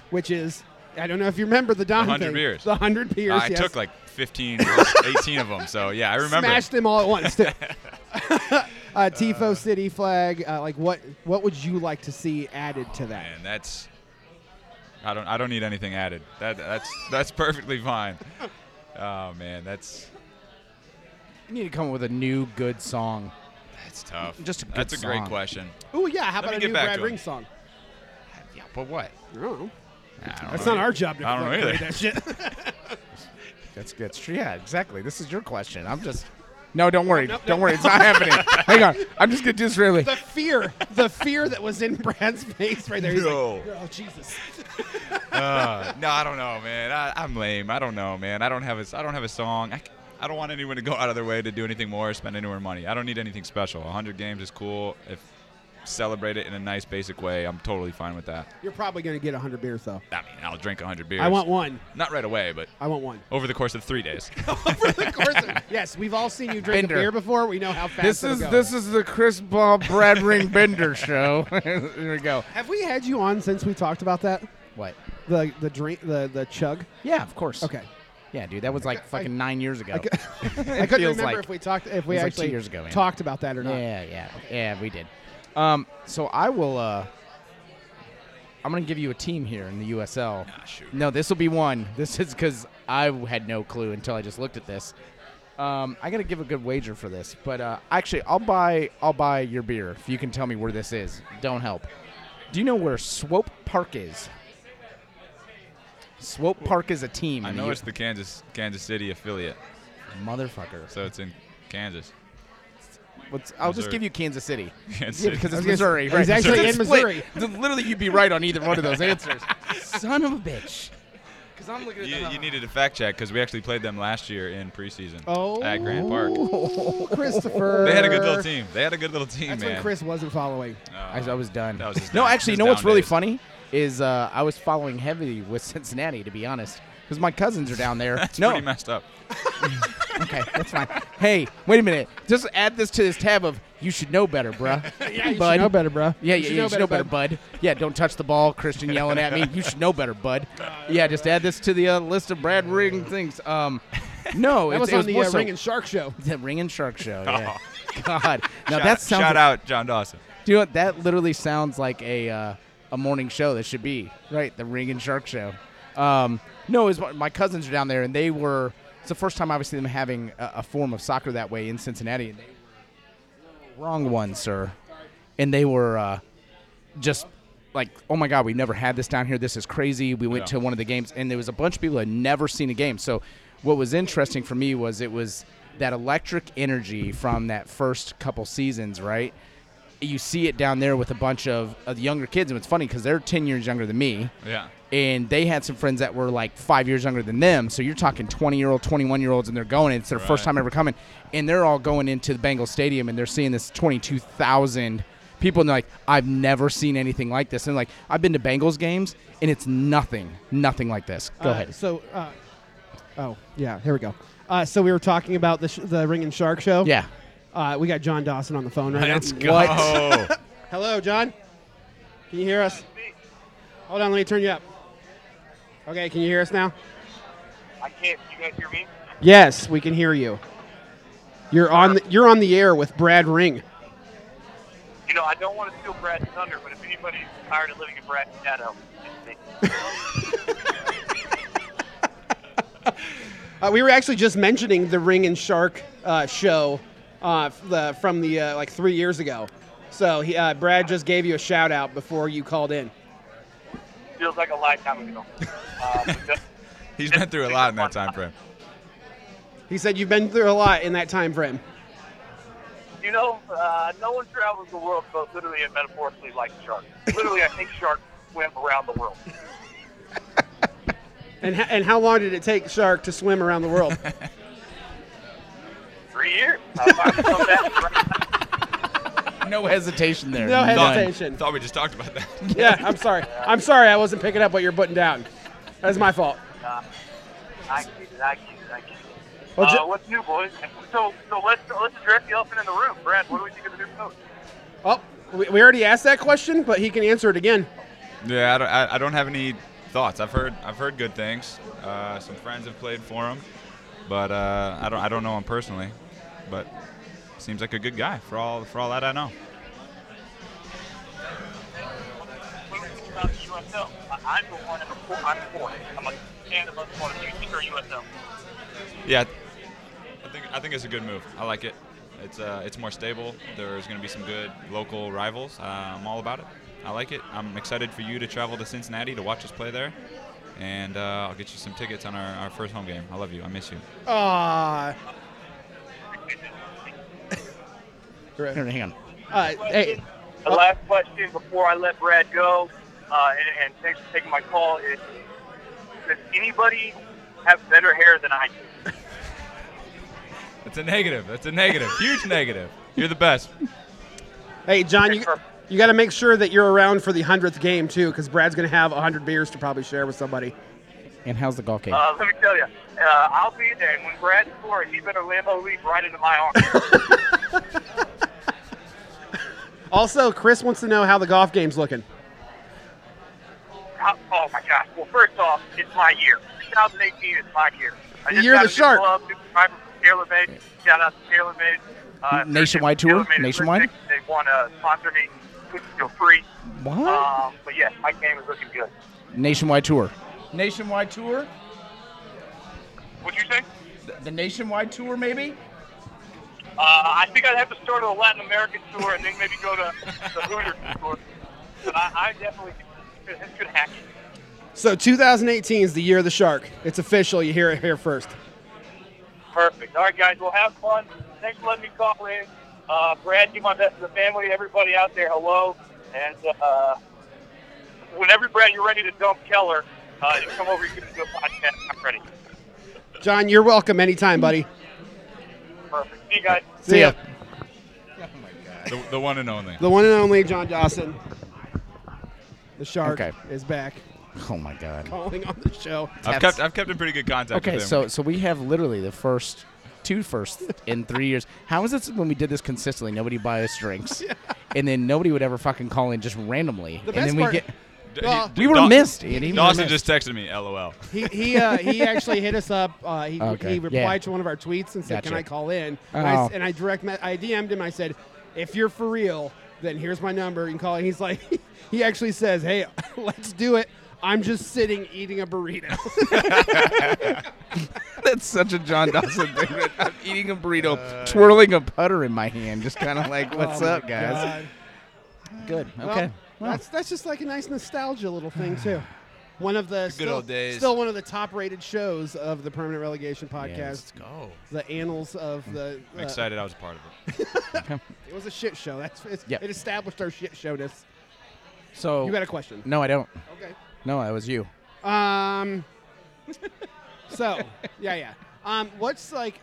which is I don't know if you remember the Don
100
thing,
beers.
the hundred beers.
I
yes.
took like 15, *laughs* 18 of them. So yeah, I remember.
smashed them all at
*laughs*
once too. *laughs* uh, Tifo City flag. Uh, like what? What would you like to see added to that?
And that's. I don't. I don't need anything added. That that's that's perfectly
*laughs*
fine. Oh man, that's
You need to come up with a new good song.
that's tough.
Just a good
that's a great
song.
*laughs*
question.
Oh yeah, how
Let me
about a
get
new
back
Brad
to him.
Ring song?
Yeah, but what?
I don't know.
I don't
That's
know.
not our job. To
I don't know either.
fucking read That shit.
That's good. Yeah, exactly. This is your question. I'm just. No, don't worry.
Nope,
don't
nope.
worry. It's not happening. Hang on. I'm just gonna do this really.
*laughs*
the fear, the fear that was in Brad's face right there. He's like,
No.
oh Jesus.
Uh, no, I don't know, man. I, I'm lame. I don't know, man. I don't have a s- I don't have a song. I, c- I don't want anyone to go out of their way to do anything more, or spend any more money. I don't need anything special. 100 games is cool. If celebrate it in a nice, basic way, I'm totally fine with that.
You're probably gonna get hundred beers though.
I mean, I'll drink 100 beers.
I want one.
not right away, but
I
*laughs*
want one. *laughs*
over the course of three days.
For the course of- yes, we've all seen you drink
Bender.
a beer before. We know how fast.
This
it'll
is
go.
this is the Chris Ball Brad Ring Bender show. *laughs* Here we go.
Have we had you on since we talked about that?
What?
The the drink the the chug.
Yeah, of course.
Okay.
Yeah, dude, that was like fucking nine years ago.
I couldn't
feels
remember
like-
if we talked if we
was like two
actually
years ago, man.
talked about that or not. *laughs*
yeah, yeah, yeah. We did. Um, so I will. Uh, I'm gonna give you a team here in the USL.
Ah, shoot.
No, this will be one. This is because I had no clue until I just looked at this. Um, I gotta give a good wager for this, but uh, actually, I'll buy I'll buy your beer if you can tell me where this is. Don't help. Do you know where Swope Park is? Swope Park is a team.
I
in
know
the
it's the Kansas Kansas City affiliate,
U- motherfucker.
so it's in Kansas.
What's, I'll just
Missouri.
give you Kansas City.
*laughs* Kansas
yeah,
City.
because
I
it's
was gonna
Missouri.
say,
right?
he's actually
Missouri.
in
*laughs* Split. Th- Literally, you'd be right on either one of those answers. Son of a bitch. Because I'm looking at
You,
the-
you needed a fact check because we actually played them last year in preseason
Oh,
at Grand Park.
Christopher.
*laughs* They had a good little team. They had a good little team,
That's
man.
when Chris wasn't following.
Uh,
I, I was done.
That was his
no,
down-
actually, you
his
know what's
down
really
days.
funny is uh, I was following heavily with Cincinnati, to be honest, because my cousins are down
*laughs*
there.
That's
no,
pretty messed up.
okay, that's fine. Hey, wait a minute. Just add this to this tab of you should know better, bruh.
Yeah, you
bud.
should know better, bro.
Yeah, yeah, you should know better, bud. Yeah, don't touch the ball. Christian yelling at me. You should know better, bud. Yeah, just add this to the uh, list of Brad Ring things. Um, no,
That
it's,
was
it
on the
more
uh,
so-
Ring and Shark show.
*laughs* the Ring and Shark show. Yeah. *laughs* God, now
shout,
that sounds.
shout
like,
out John Dawson.
Do you know what? that literally sounds like a uh, a morning show that should be right? The Ring and Shark show. Um, no, is my cousins are down there, and they were. It's the first time obviously them having a, a form of soccer that way in Cincinnati, and they were wrong one, sir. And they were uh, just like, oh my god, we've never had this down here. This is crazy. We went
Yeah.
to one of the games, and there was a bunch of people that had never seen a game. So, what was interesting for me was it was that electric energy from that first couple seasons, right? You see it down there with a bunch of, of younger kids, and it's funny because they're ten years younger than me
Yeah.
and they had some friends that were like five years younger than them. So you're talking 20 year old, 21 year olds, and they're going. It's their first
Right.
time ever coming, and they're all going into the Bengals Stadium, and they're seeing this 22,000 people and they're like, I've never seen anything like this. And like, I've been to Bengals games and it's nothing, nothing like this. Go
Uh,
ahead.
So, uh, oh yeah, here we go. Uh, so we were talking about the sh- the Ring and Shark show.
Yeah. *laughs*
Uh, we got John Dawson on the phone right
Let's
now.
go. Oh,
*laughs*
Hello, John. Can you hear us? Hold on, let me turn you up. Okay, can you hear us now?
I can't. You guys hear me?
Yes, we can hear you. You're on the, you're on the air with Brad Ring.
You know, I don't want to steal Brad's thunder, but if anybody's tired of living in Brad's shadow, it's me.
Uh, we were actually just mentioning the Ring and Shark uh, show uh, f- the, from the uh, like three years ago. So he, uh, Brad just gave you a shout out before you called in.
feels like a lifetime ago. Uh, but that-
He's been through a lot in that time
*laughs*
frame.
He said you've been through a lot in that time frame.
you know, uh, no one travels the world both literally and metaphorically like sharks. Literally, I think sharks swim around the world.
And h- and how long did it take Shark to swim around the world?
Three years. I finally come back.
No hesitation there.
No
None.
hesitation.
Thought we just talked about that. *laughs*
yeah, I'm sorry. I'm sorry. I wasn't picking up what you're putting down. That's my fault.
Uh, I get it. I get it. I get it.
Well,
Uh,
ju-
what's new, boys? So, so let's let's address the elephant in the room, Brad. What do we think of the new coach?
Oh, we, we already asked that question, but he can answer it again.
Yeah, I don't, I, I don't have any thoughts. I've heard I've heard good things. Uh, some friends have played for him, but uh, I don't I don't know him personally. But seems like a good guy for all for all that I know.
When we think about the USL, I- I'm the one I'm for. I'm for it. I'm a fan of us for the future USL.
Yeah, I think I think it's a good move. I like it. It's uh, it's more stable. There's going to be some good local rivals. Uh, I'm all about it. I like it. I'm excited for you to travel to Cincinnati to watch us play there, and uh, I'll get you some tickets on our, our first home game. I love you. I miss you.
Ah.
Here, Hang on.
Uh, hey,
The last question before I let Brad go, uh, and, and thanks for taking my call, is does anybody have better hair than I do?
That's a negative. That's a negative. Huge negative. You're the best.
hey, John, you, you got to make sure that you're around for the hundredth game too, because Brad's gonna have hundred beers to probably share with somebody.
And how's the golf game?
Uh, let me tell you, uh, I'll be there. And when Brad scores, he better Lambo leap right into my arm.
Also, Chris wants to know how the golf game's looking.
How- oh my gosh! Well, first off, it's my year. 2018 is my year. I just
You're
got
the
a new
shark.
Club, new driver from TaylorMade. Shout out to TaylorMade. Uh,
Nationwide tour?
TaylorMade is
Nationwide?
terrific. They want to sponsor me. Feel free.
what?
Um, but yes, my game is looking good.
nationwide tour. Nationwide tour?
What'd you say?
The nationwide tour, maybe?
Uh, I think I'd have to start a Latin American tour and then maybe go to the Hooters tour. *laughs* But I, I definitely could, could hack it.
So 2018 is the year of the shark. It's official. You hear it here first.
Perfect. All right, guys. Well, have fun. Thanks for letting me call in. Uh, Brad, do my best to the family. Everybody out there, hello. And uh, whenever, Brad, you're ready to dump Keller, uh, you come over here and do a podcast. I'm ready.
John, you're welcome anytime, buddy.
Perfect. See you guys.
See ya.
The, the one and only.
The one and only John Dawson. The shark
Okay.
is back
Oh my god.
calling on the show.
I've
That's-
kept I've kept in pretty good contact
Okay,
with him.
so so we have literally the first two first in three years. How is it when we did this consistently? Nobody buys *laughs* drinks, and then nobody would ever fucking call in just randomly.
The
and
best
then we
part-
get
D-
Well-
d-
we were
Daw-
missed. Andy. We were
Dawson
missed.
just texted me, LOL.
He he
*laughs*
uh, he actually hit us up. Uh, he,
Okay,
he replied
yeah.
to one of our tweets and said,
Gotcha.
"Can I call in?" And, I, s-
Oh.
and I direct me- I DM'd him. I said, "If you're for real, then here's my number and call." And he's like, *laughs* he actually says, "Hey, *laughs* let's do it." I'm just sitting eating a
*laughs*
burrito.
*laughs* That's such a John Dawson thing. that I'm eating a burrito, twirling a putter in my hand, just kind of *laughs* like, "What's
Oh,
up,
my
guys?"
God.
Good. Okay.
Well,
Well,
that's that's just like a nice nostalgia little thing
*sighs*
too. One of the, still,
old days.
still one of the top rated shows of the Permanent Relegation podcast.
Yes.
Go.
the annals of the.
I'm
Mm.
Uh,
excited I was a part of
*laughs*
it.
It was a shit show. That's it's,
Yep.
it established our shit showness.
so
You got a question?
no, I don't.
Okay.
No, that was you.
Um. *laughs* so yeah, yeah. Um, what's like?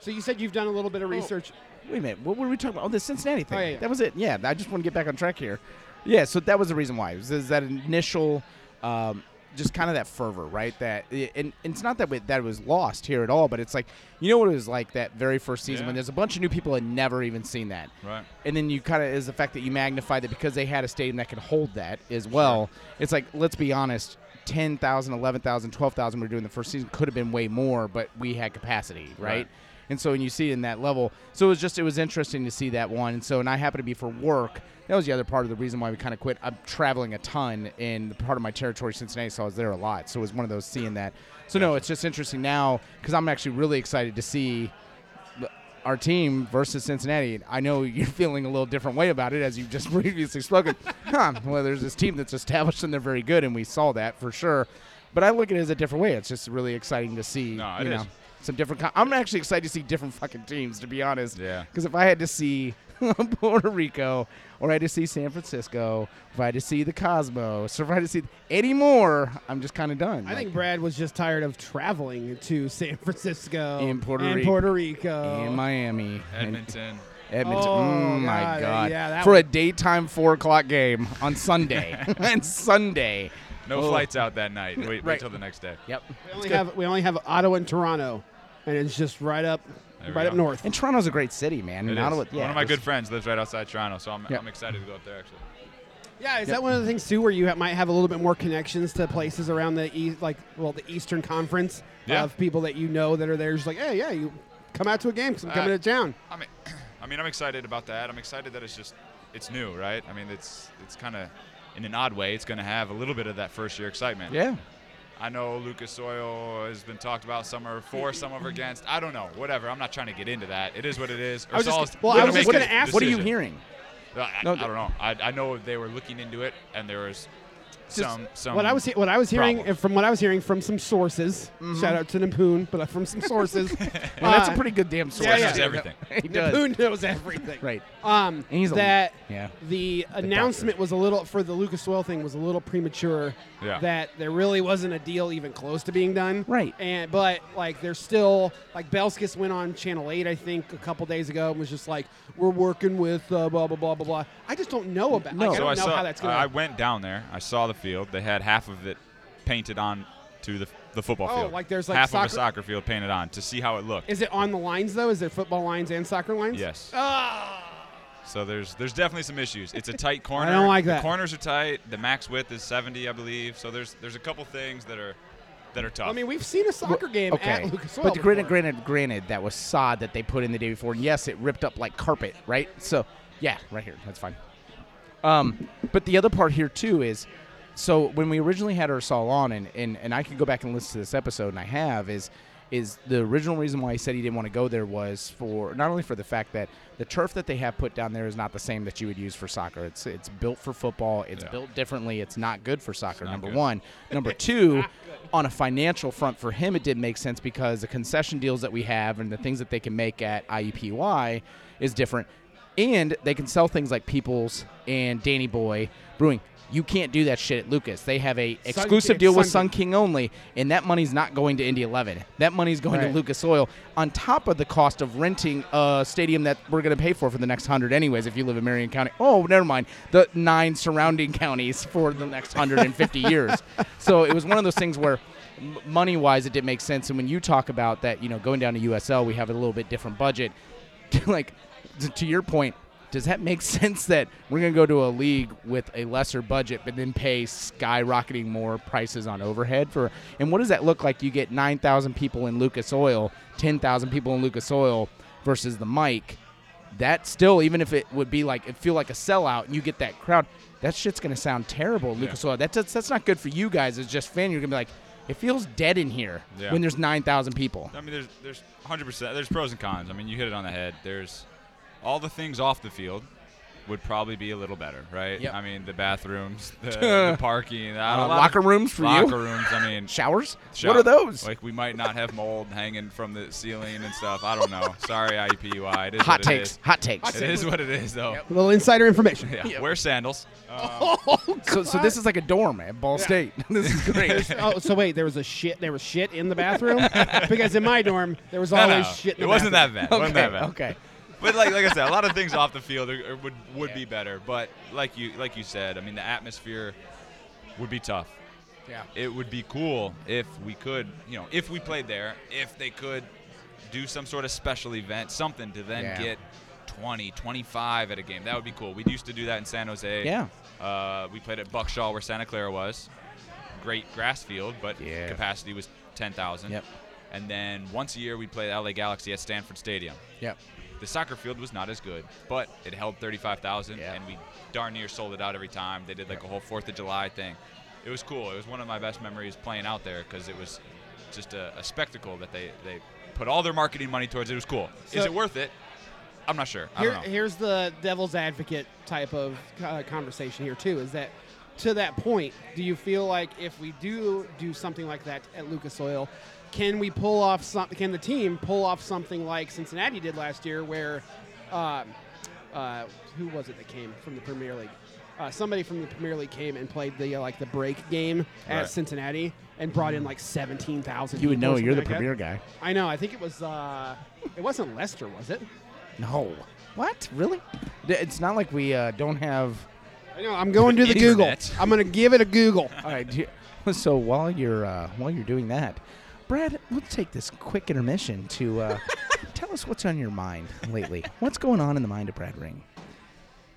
So you said you've done a little bit of research.
Wait a minute, what were we talking about? Oh, the Cincinnati thing.
Oh, yeah, yeah.
That was it. Yeah, I just want to get back on track here. Yeah, so that was the reason why. It was, is that initial, um, just kind of that fervor, right? That and, and it's not that we, that it was lost here at all, but it's like you know what it was like that very first season
Yeah.
when there's a bunch of new people had never even seen that,
Right.
And then you kind of is the fact that you magnify that because they had a stadium that could hold that as well. It's like let's be honest. 10,000, 11,000, 12,000 we were doing the first season could have been way more, but we had capacity, right?
Right.
And so, and you see it in that level. So it was just, it was interesting to see that one. And so, and I happen to be for work. That was the other part of the reason why we kind of quit. I'm traveling a ton in the part of my territory, Cincinnati, so I was there a lot. So it was one of those seeing that. So no, it's just interesting now because I'm actually really excited to see our team versus Cincinnati. I know *laughs* you're feeling a little different way about it as you've just *laughs* previously spoken. huh, well, there's this team that's established and they're very good, and we saw that for sure. But I look at it as a different way. It's just really exciting to see,
No, it
you know,
is.
some different. co- I'm actually excited to see different fucking teams, to be honest.
Yeah.
Because if I had to see *laughs* Puerto Rico, or I had to see San Francisco, if I had to see the Cosmos, or if I had to see any more, I'm just kind of done.
I think Brad was just tired of traveling to San *laughs* Francisco
And Puerto
and
Rico.
Puerto Rico.
in Miami, and
Edmonton.
Edmonton.
Oh,
Mm, my
God.
God.
Yeah, that
For a
one-
daytime four o'clock game on Sunday. *laughs*
*laughs*
and Sunday.
No
Oh.
flights out that night. Wait, wait
Right.
till the next day.
Yep.
we, only have, we only have Ottawa and Toronto, and it's just right up,
There we
right up
go.
north.
And Toronto's a great city, man.
It
And
is.
Ottawa- yeah,
One of my
it's-
good friends lives right outside Toronto, so I'm,
Yeah.
I'm excited to go up there actually.
Yeah, is that one of the things too, where you ha- might have a little bit more connections to places around the east, like well, the Eastern Conference
Yeah.
of people that you know that are there, just like, hey, yeah, you come out to a game because I'm
Uh,
coming to town.
I mean, *clears throat* I mean, I'm excited about that. I'm excited that it's just it's new, right? I mean, it's it's kind of in an odd way, it's going to have a little bit of that first year excitement.
*laughs* Yeah.
I know Lucas Oil has been talked about. Some are for, some are against. I don't know. Whatever. I'm not trying to get into that. It is what it is.
I was
Ursal's
just,
well, I
gonna
was
make
just
a
gonna ask-
What are you
decision.
hearing?
I,
No,
I don't know. I, I know they were looking into it, and there was some some.
What I was he- what I was hearing
problems.
from what I was hearing from some sources.
Mm-hmm.
Shout out to Napoon, but uh, from
*laughs*
some sources,
Well, that's a
uh,
pretty good damn source.
yeah, yeah.
That's everything.
*laughs* he does.
Napoon knows everything.
Right.
Um,
And he's a-
that
yeah.
the, announcement
doctor.
was a little for the Lucas Oil thing was a little premature.
Yeah.
That there really wasn't a deal even close to being done.
Right.
And but like there's still like Belskis went on Channel Eight I think a couple days ago and was just like we're working with uh, blah blah blah blah blah. I just don't know about.
No.
Like, I
So
don't
I
know
saw.
how that's gonna.
I went down there. I saw the field. They had half of it painted on to the the football
Oh,
field.
like there's, like,
half of a
soccer-
soccer field painted on to see how it looked.
Is it on the lines though? Is there football lines and soccer lines?
Yes.
Ah.
So there's there's definitely some issues. It's a
*laughs*
tight corner.
don't like
The
that.
corners are tight. The max width is 70, I believe. So there's there's a couple things that are that are tough.
I mean, we've seen a soccer game
okay.
at Lucas Oil.
but granted,
before.
granted, granted, that was sod that they put in the day before, and yes, it ripped up like carpet, right? So, yeah, right here, that's fine. Um, but the other part here too is, so when we originally had Ursal on, and and and I could go back and listen to this episode, and I have is. Is the original reason why he said he didn't want to go there was for not only for the fact that the turf that they have put down there is not the same that you would use for soccer. It's it's built for football. It's
Yeah.
built differently. It's not good for soccer.
not
Number
good.
one one. Number two, on a financial front for him, it did make sense because the concession deals that we have and the things that they can make at IUPUI is different. And they can sell things like Peoples and Danny Boy Brewing. You can't do that shit at Lucas. They have a exclusive
it's
deal with Sun
Sun
King only, and that money's not going to Indy 11. That money's going
Right.
to Lucas Oil on top of the cost of renting a stadium that we're going to pay for for the next 100 anyways if you live in Marion County. Oh, never mind. The nine surrounding *laughs* counties for the next 150 years. So it was one of those things where m- money-wise it didn't make sense and when you talk about that, you know, going down to USL, we have a little bit different budget. *laughs* like t- to your point, does that make *laughs* sense that we're going to go to a league with a lesser budget but then pay skyrocketing more prices on overhead for and what does that look like you get 9,000 people in Lucas Oil, 10,000 people in Lucas Oil versus the mic that still even if it would be like it feel like a sellout and you get that crowd that shit's going to sound terrible in Lucas Oil. That's, that's that's not good for you guys as just fan you're going to be like it feels dead in here
Yeah.
when there's 9,000 people.
I mean, there's there's 100 percent. There's pros and cons. I mean, you hit it on the head. There's all the things off the field would probably be a little better, right?
Yep.
I mean, the bathrooms,
*laughs*
the, the parking, I don't-
Uh,
a lot of-
locker rooms for you?
locker rooms. I mean,
Showers?
shop-
What are those?
Like we might not have mold hanging from the ceiling and stuff. I E don't know. Sorry, IUPUI. It is
hot
what it
takes.
is.
Hot takes.
It is what it is, though.
A little insider *laughs* information.
Yeah. Wear sandals.
So, so this is like a dorm at Ball State. *laughs* this is great.
oh, so wait, there was a shit. There was shit in the bathroom because in my dorm there was
No,
always
no.
shit. In
It
the
wasn't
bathroom.
that bad. It wasn't that bad.
okay.
but like like I said, a lot of things off the field are, are- would would be better. But like you like you said, I mean, the atmosphere would be tough.
Yeah.
It would be cool if we could, you know, if we played there, if they could do some sort of special event, something to then
Yeah.
get 20, 25 at a game. That would be cool. We used to do that in San Jose.
Yeah.
Uh, we played at Buckshaw where Santa Clara was. Great grass field, but
Yeah.
capacity was 10,000.
Yep.
And then once a year we played LA Galaxy at Stanford Stadium.
Yep.
The soccer field was not as good, but it held 35,000,
Yeah.
and we darn near sold it out every time. They did like a whole Fourth of July thing. It was cool. It was one of my best memories playing out there because it was just a, a spectacle that they they put all their marketing money towards. It was cool. Is
So-
it worth it? I'm not sure. I
Here,
don't know.
here's the devil's advocate type of uh, conversation here too. Is that to that point? Do you feel like if we do do something like that at Lucas Oil, can we pull off some? Can the team pull off something like Cincinnati did last year, where um, uh, who was it that came from the Premier League? Uh, somebody from the Premier League came and played the uh, like the break game at
Right.
Cincinnati and brought in like seventeen thousand.
You would know you're the
Premier.
premier guy.
I know. I think it was. Uh, it wasn't Leicester, was it?
No. What? Really? D- It's not like we uh, don't have.
I know. I'm going to the Google.
Internet.
I'm going to give it a Google.
All right. do you- *laughs* so while you're uh, while you're doing that, Brad, let's take this quick intermission to
*laughs*
uh, tell us what's on your mind lately. What's going on in the mind of Brad Ring?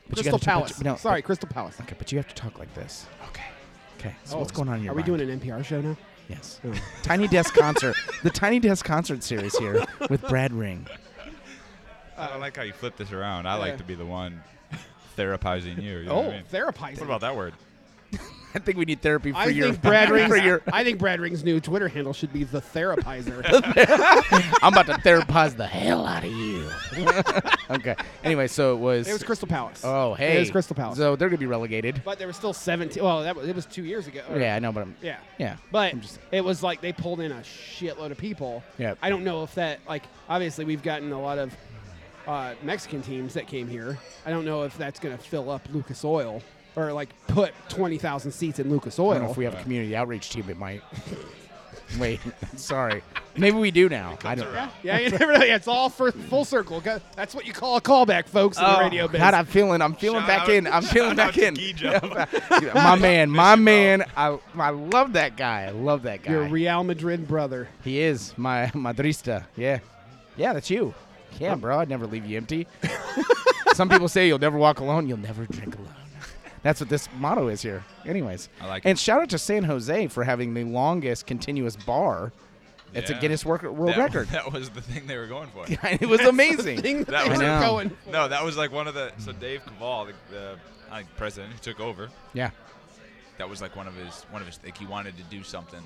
But you
Crystal
gotta- but
Palace.
you- no,
Sorry,
but-
Crystal Palace.
Okay, but you have to talk like this.
Okay. Oh,
Okay. So what's going on in your
Are we
mind?
doing an NPR show now?
Yes. Tiny Desk Concert. the Tiny Desk Concert series here with Brad Ring.
I like how you flip this around. I
Yeah.
like to be the one *laughs* therapizing you. you know
oh,
what I mean?
therapizing.
What about that word?
I think we need therapy for
I
your
think Brad
*laughs*
Ring's.
for your
I think Brad Ring's new Twitter handle should be the therapizer.
*laughs* I'm about to therapize the hell out of you. *laughs* okay. Anyway, so it was
it was Crystal Palace.
Oh, hey.
It was Crystal Palace.
So they're going to be relegated.
but there was still 17. Well, that was, it was two years ago. or-
yeah, I know, but I'm
Yeah.
Yeah.
But
I'm just-
it was like they pulled in a shitload of people.
Yep.
I don't know if that like obviously we've gotten a lot of uh, Mexican teams that came here. I don't know if that's going to fill up Lucas Oil or like put twenty thousand seats in Lucas
I don't know
Oil.
if we have a community outreach team it might. *laughs* Wait. *laughs* Sorry. Maybe we do now. I don't know.
yeah, you never know. Yeah, it's all for full circle. Go- That's what you call a callback, folks, in the radio biz.
Oh, God, I'm feeling. I'm feeling
Shout
back
out-
in. I'm feeling
shout
back
out to
in. *laughs*
Gijo.
*laughs*
my man, my man. I I love that guy. I love that guy.
Your Real Madrid brother.
He is my Madrista. Yeah, yeah, that's you. Yeah,
Oh.
bro, I'd never leave you empty. *laughs* Some people say you'll never walk alone. You'll never drink alone. That's what this motto is here. Anyways,
I like
And
it.
shout out to San Jose for having the longest continuous bar. It's a
Yeah.
Guinness Work- World
That- *laughs*
Record. *laughs*
That was the thing they were going for.
it was amazing.
Thing that
That
they
was-
were
I know.
going.
No, that was like one of the. So Dave Cavall, the, the I think president who took over,
Yeah,
that was like one of his one of his like he wanted to do something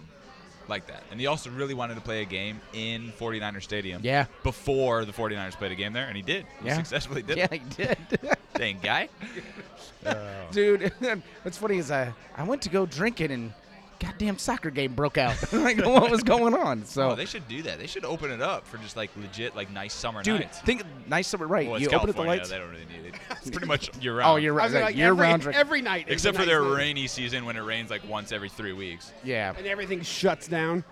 like that and he also really wanted to play a game in 49er stadium
Yeah.
before the 49ers played a game there and he did he
Yeah.
successfully did
*laughs* yeah,
it
he
*laughs*
did.
dang guy Oh.
Dude, *laughs* what's funny is I I went to go drinking and goddamn soccer game broke out. *laughs* like what was going on? So
oh they should do that they should open it up for just like legit like nice summer
dude,
nights
think nice summer right.
well, it's
you open up the
California,
lights.
they don't really
*laughs*
need it it's pretty much year round
Oh, you're
I
right.
was like,
year
every,
round. drink.
every night. is
except
a
for their
nice night.
rainy season when it rains like once every three weeks
yeah. *laughs*
And everything shuts down.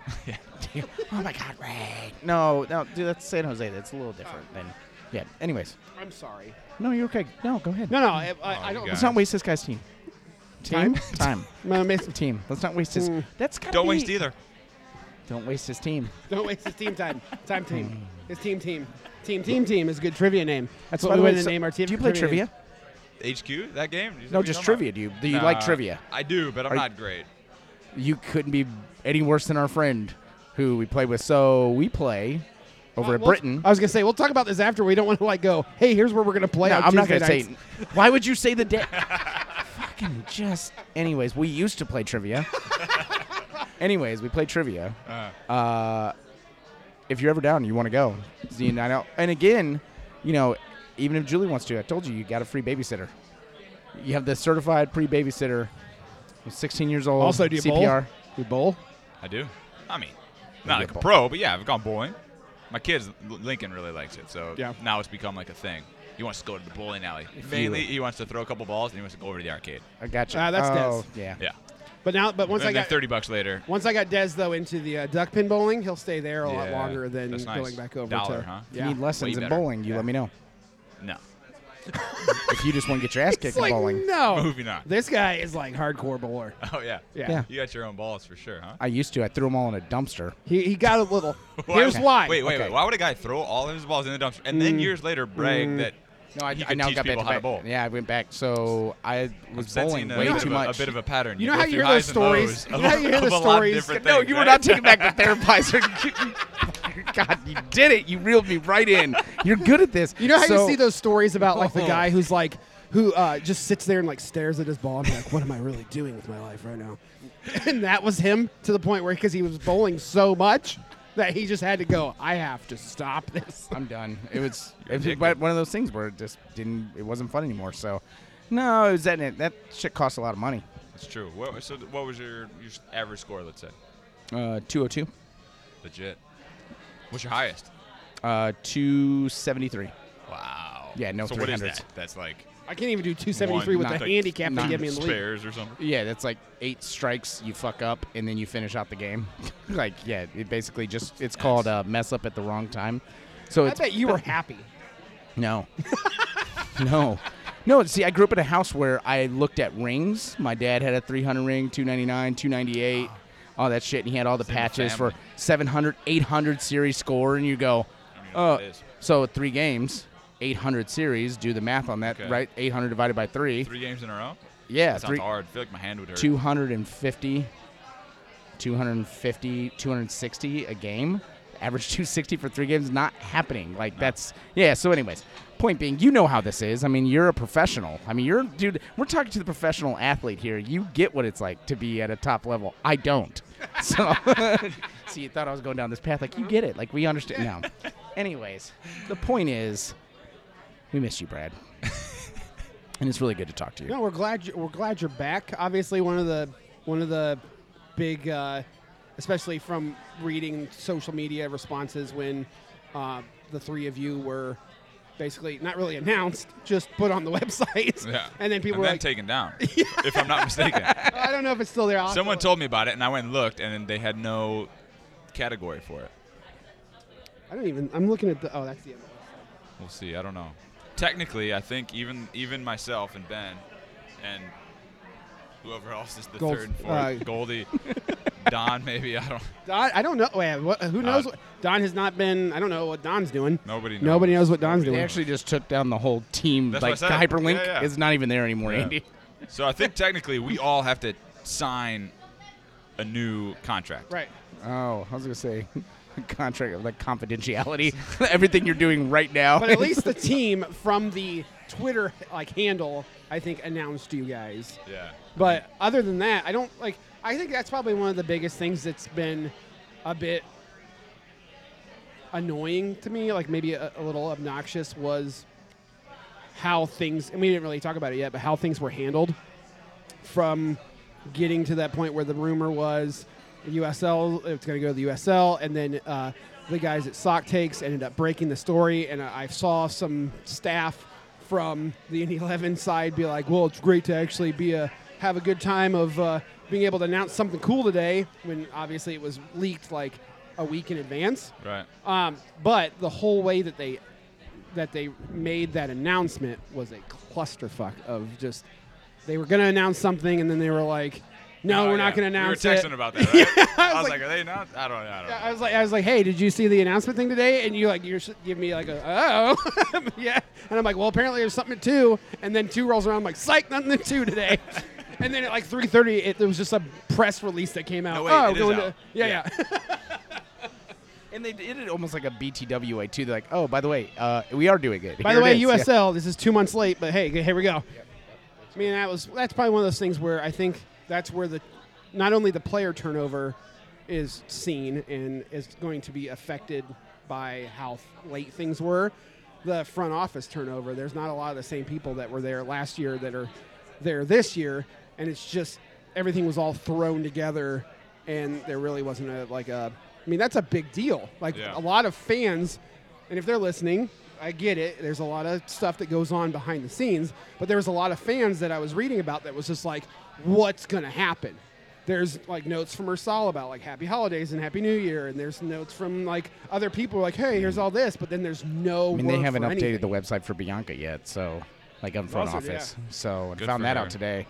oh my God, Ray. No, no, dude, that's San Jose. That's a little different than. Yeah. Anyways,
I'm sorry.
no, you're okay. No, go ahead.
No, no, I, I, I
you
don't.
got
Let's not waste this guy's team. Team. Time.
I'm gonna miss-
team. Let's not waste his. That's gotta
don't
be-
waste either
Don't waste his team.
Don't waste his team time. Time team. His team team. Team team team is a good trivia name. That's
By
what
the
we
way,
want to
so-
name our team.
Do you play trivia?
name.
HQ that game Is that what
No,
you're talking
just
about?
trivia. Do you do you like
Nah,
trivia?
I do but I'm
Are you-
not great
You couldn't be any worse than our friend who we play with. So we play over at
Uh, We'll-
Britain.
I was gonna say we'll talk about this after. We don't want to like go. Hey, here's where we're gonna play.
No,
on
I'm not
Tuesday
gonna say. *laughs*
nights."
Why would you say the day? Fucking just. Anyways, we used to play trivia. Anyways, we play trivia. Uh, if you're ever down, you want to go. It's the night out. And again, you know, even if Julie wants to, I told you, you got a free babysitter. You have the certified pre babysitter. 16 years old.
Also, do you bowl?
CPR.
You bowl.
I do. I mean, not
you
like
a
a
bowl-
pro, but yeah, I've gone bowling. My kids, L- Lincoln really likes it, so
Yeah.
now it's become like a thing. He wants to go to the bowling alley. Mainly, he wants to throw a couple balls and he wants to go over to the arcade.
I got you.
Ah, that's
oh,
Des.
yeah.
Yeah.
But now, but once
and
I
then
got
30 bucks later.
once I got Des though into the uh, duck pin bowling, he'll stay there a lot
Yeah,
longer than
that's nice.
going back over
Dollar,
to.
huh?
If you need lessons in
better.
bowling, you let me know.
No. *laughs*
if you just want to get your ass kicked
It's
in
like,
bowling.
no.
Moving on.
This guy is like hardcore bowler.
Oh yeah.
Yeah.
Yeah.
You got your own balls for sure, huh?
I used to. I threw them all in a dumpster.
He, he got a little.
*laughs* Why-
Here's why. Mm.
Wait, wait,
Okay.
wait. Why would a guy throw all of his balls in the dumpster and then years later brag that?
No, I,
he
I
could
now
teach
got back
people
to
how to
back.
bowl?
Yeah, I went back. So I was bowling
Sensing a
way
bit of
too
a-
much.
a bit of a pattern.
You know
go
how you
through
hear
highs
those
and
stories?
lows
You
of
know how
a-
you hear
of
the
a lot of
stories?
different
*laughs* no,
things,
you were
right?
not taking
*laughs*
back the therapizer. God, *laughs* you did it. You reeled me right in. You're good at this.
You know how
So-
you see those stories about like the
Uh-huh.
guy who's like who uh, just sits there and like stares at his ball and be like, what am I really doing with my life right now? *laughs* And that was him to the point where because he was bowling so much that he just had to go. I have to stop this.
*laughs*
*laughs*
I'm done. It was, it was
addicted.
but one of those things where it just didn't. It wasn't fun anymore. So, no, it was that. That shit cost a lot of money.
It's true. What, so, th- what was your, your s- average score? Let's say,
Uh, 202,
legit. What's your highest?
uh, 273.
Wow.
Yeah, no
So what is
300s.
that? That's like
I can't even do 273
One,
with the
not-
handicap they
not
give me in the league.
spares or something.
Yeah, that's like eight strikes. You fuck up, and then you finish out the game. *laughs* like, yeah, it basically just it's called uh, mess up at the wrong time. So
I
it's *laughs*
bet you were happy.
No. *laughs* no. No, see, I grew up in a house where I looked at rings. My dad had a 300 ring, 299, 298, all that shit, and he had all the
in the
patches for
family.
700, 800 series score, and you
I
go,
don't even know
uh,
what it is.
so three games, 800 series, do the math on that,
Okay.
right? 800 divided by three.
Three games in a row.
yeah,
That sounds hard. I feel like my hand would hurt.
250, 250, 260 a game. Average *laughs* 260 for three games not happening. Like that's yeah. So, anyways, point being, you know how this is. I mean, you're a professional. I mean, you're dude. We're talking to the professional athlete here. You get what it's like to be at a top level. I don't. So, *laughs* see, you thought I was going down this path. Like you get it. Like we understand now. Anyways, the point is, we miss you, Brad. and it's really good to talk to you.
No, we're glad you, we're glad you're back. Obviously, one of the one of the big, uh, especially from reading social media responses when uh, the three of you were basically not really announced, just put on the *laughs*
*laughs*
website,
Yeah.
and then people
and
were
then
like, "Oh,
taken
*laughs*
down, if I'm not mistaken.
"I don't know if it's still there." I'll have to
Someone
look."
told me about it, and I went and looked, and then they had no category for it.
I don't even. I'm looking at the. Oh, that's the other. one.
We'll see. I don't know. Technically, I think even even myself and Ben and whoever else is the
Gold-
third and fourth,
uh,
Goldie, Don, maybe I don't. *laughs*
Don, I don't know. Wait, what, who knows?
Uh,
what, Don has not been. I don't know what Don's doing.
Nobody knows.
Nobody knows what Don's
Nobody
doing.
They actually just took down the whole team.
That's what I
like the
said.
hyperlink
Yeah, yeah.
is not even there anymore,
Yeah.
Andy.
So I think technically we all have to sign a new contract.
right.
Oh, I was gonna say *laughs* contract like confidentiality. *laughs* Everything you're doing right now.
But at least the team from the Twitter like handle, I think, announced you guys.
Yeah.
But other than that, I don't like. I think that's probably one of the biggest things that's been a bit annoying to me, like maybe a, a little obnoxious, was how things. And we didn't really talk about it yet, but how things were handled from getting to that point where the rumor was USL, it's going to go to the USL, and then uh, the guys at Sock Takes ended up breaking the story, and I I saw some staff from the Indy 11 side be like, "Well, it's great to actually be a have a good time of uh, being able to announce something cool today," when obviously it was leaked like a week in advance.
Right.
Um, but the whole way that they that they made that announcement was a clusterfuck of just they were going to announce something and then they were like, "No,
Oh, yeah.
we're not going to announce
We were
it."
texting about that.
*laughs*
Right? I, was
was
like,
like-
are they not? I don't. I don't.
Yeah,
know.
I was like, I was like, "Hey, did you see the announcement thing today?" And you like, you're s- give me like a, "Oh, *laughs* yeah." And I'm like, "Well, apparently there's something at two. And then two rolls around, I'm like, "Psych, nothing at
*laughs*
two today." and then at like 3:30, it, there was just a press release that came out.
No, wait,
oh,
it is
going
out.
to yeah, yeah.
and they did it almost like a BTWA too. They're like, oh, by the way, uh, we are doing it.
By
Here
the
it is.
way,
Yeah.
USL. This is two months late, but hey, g- here we go. I mean, that was that's probably one of those things where I think that's where the not only the player turnover is seen and is going to be affected by how f- late things were. The front office turnover. There's not a lot of the same people that were there last year that are there this year, and it's just everything was all thrown together, and there really wasn't a like a. I mean, that's a big deal. Like
Yeah.
a lot of fans, and if they're listening, I get it. There's a lot of stuff that goes on behind the scenes, but there was a lot of fans that I was reading about that was just like, what's going to happen? there's like notes from Ursal about like happy holidays and happy new year, and there's notes from like other people like hey here's all this, but then there's no.
I mean, they
word
haven't
for
updated
anything.
the website for Bianca yet, so like on front
Also, yeah.
office. So I
Good
found
for
that
her.
out today.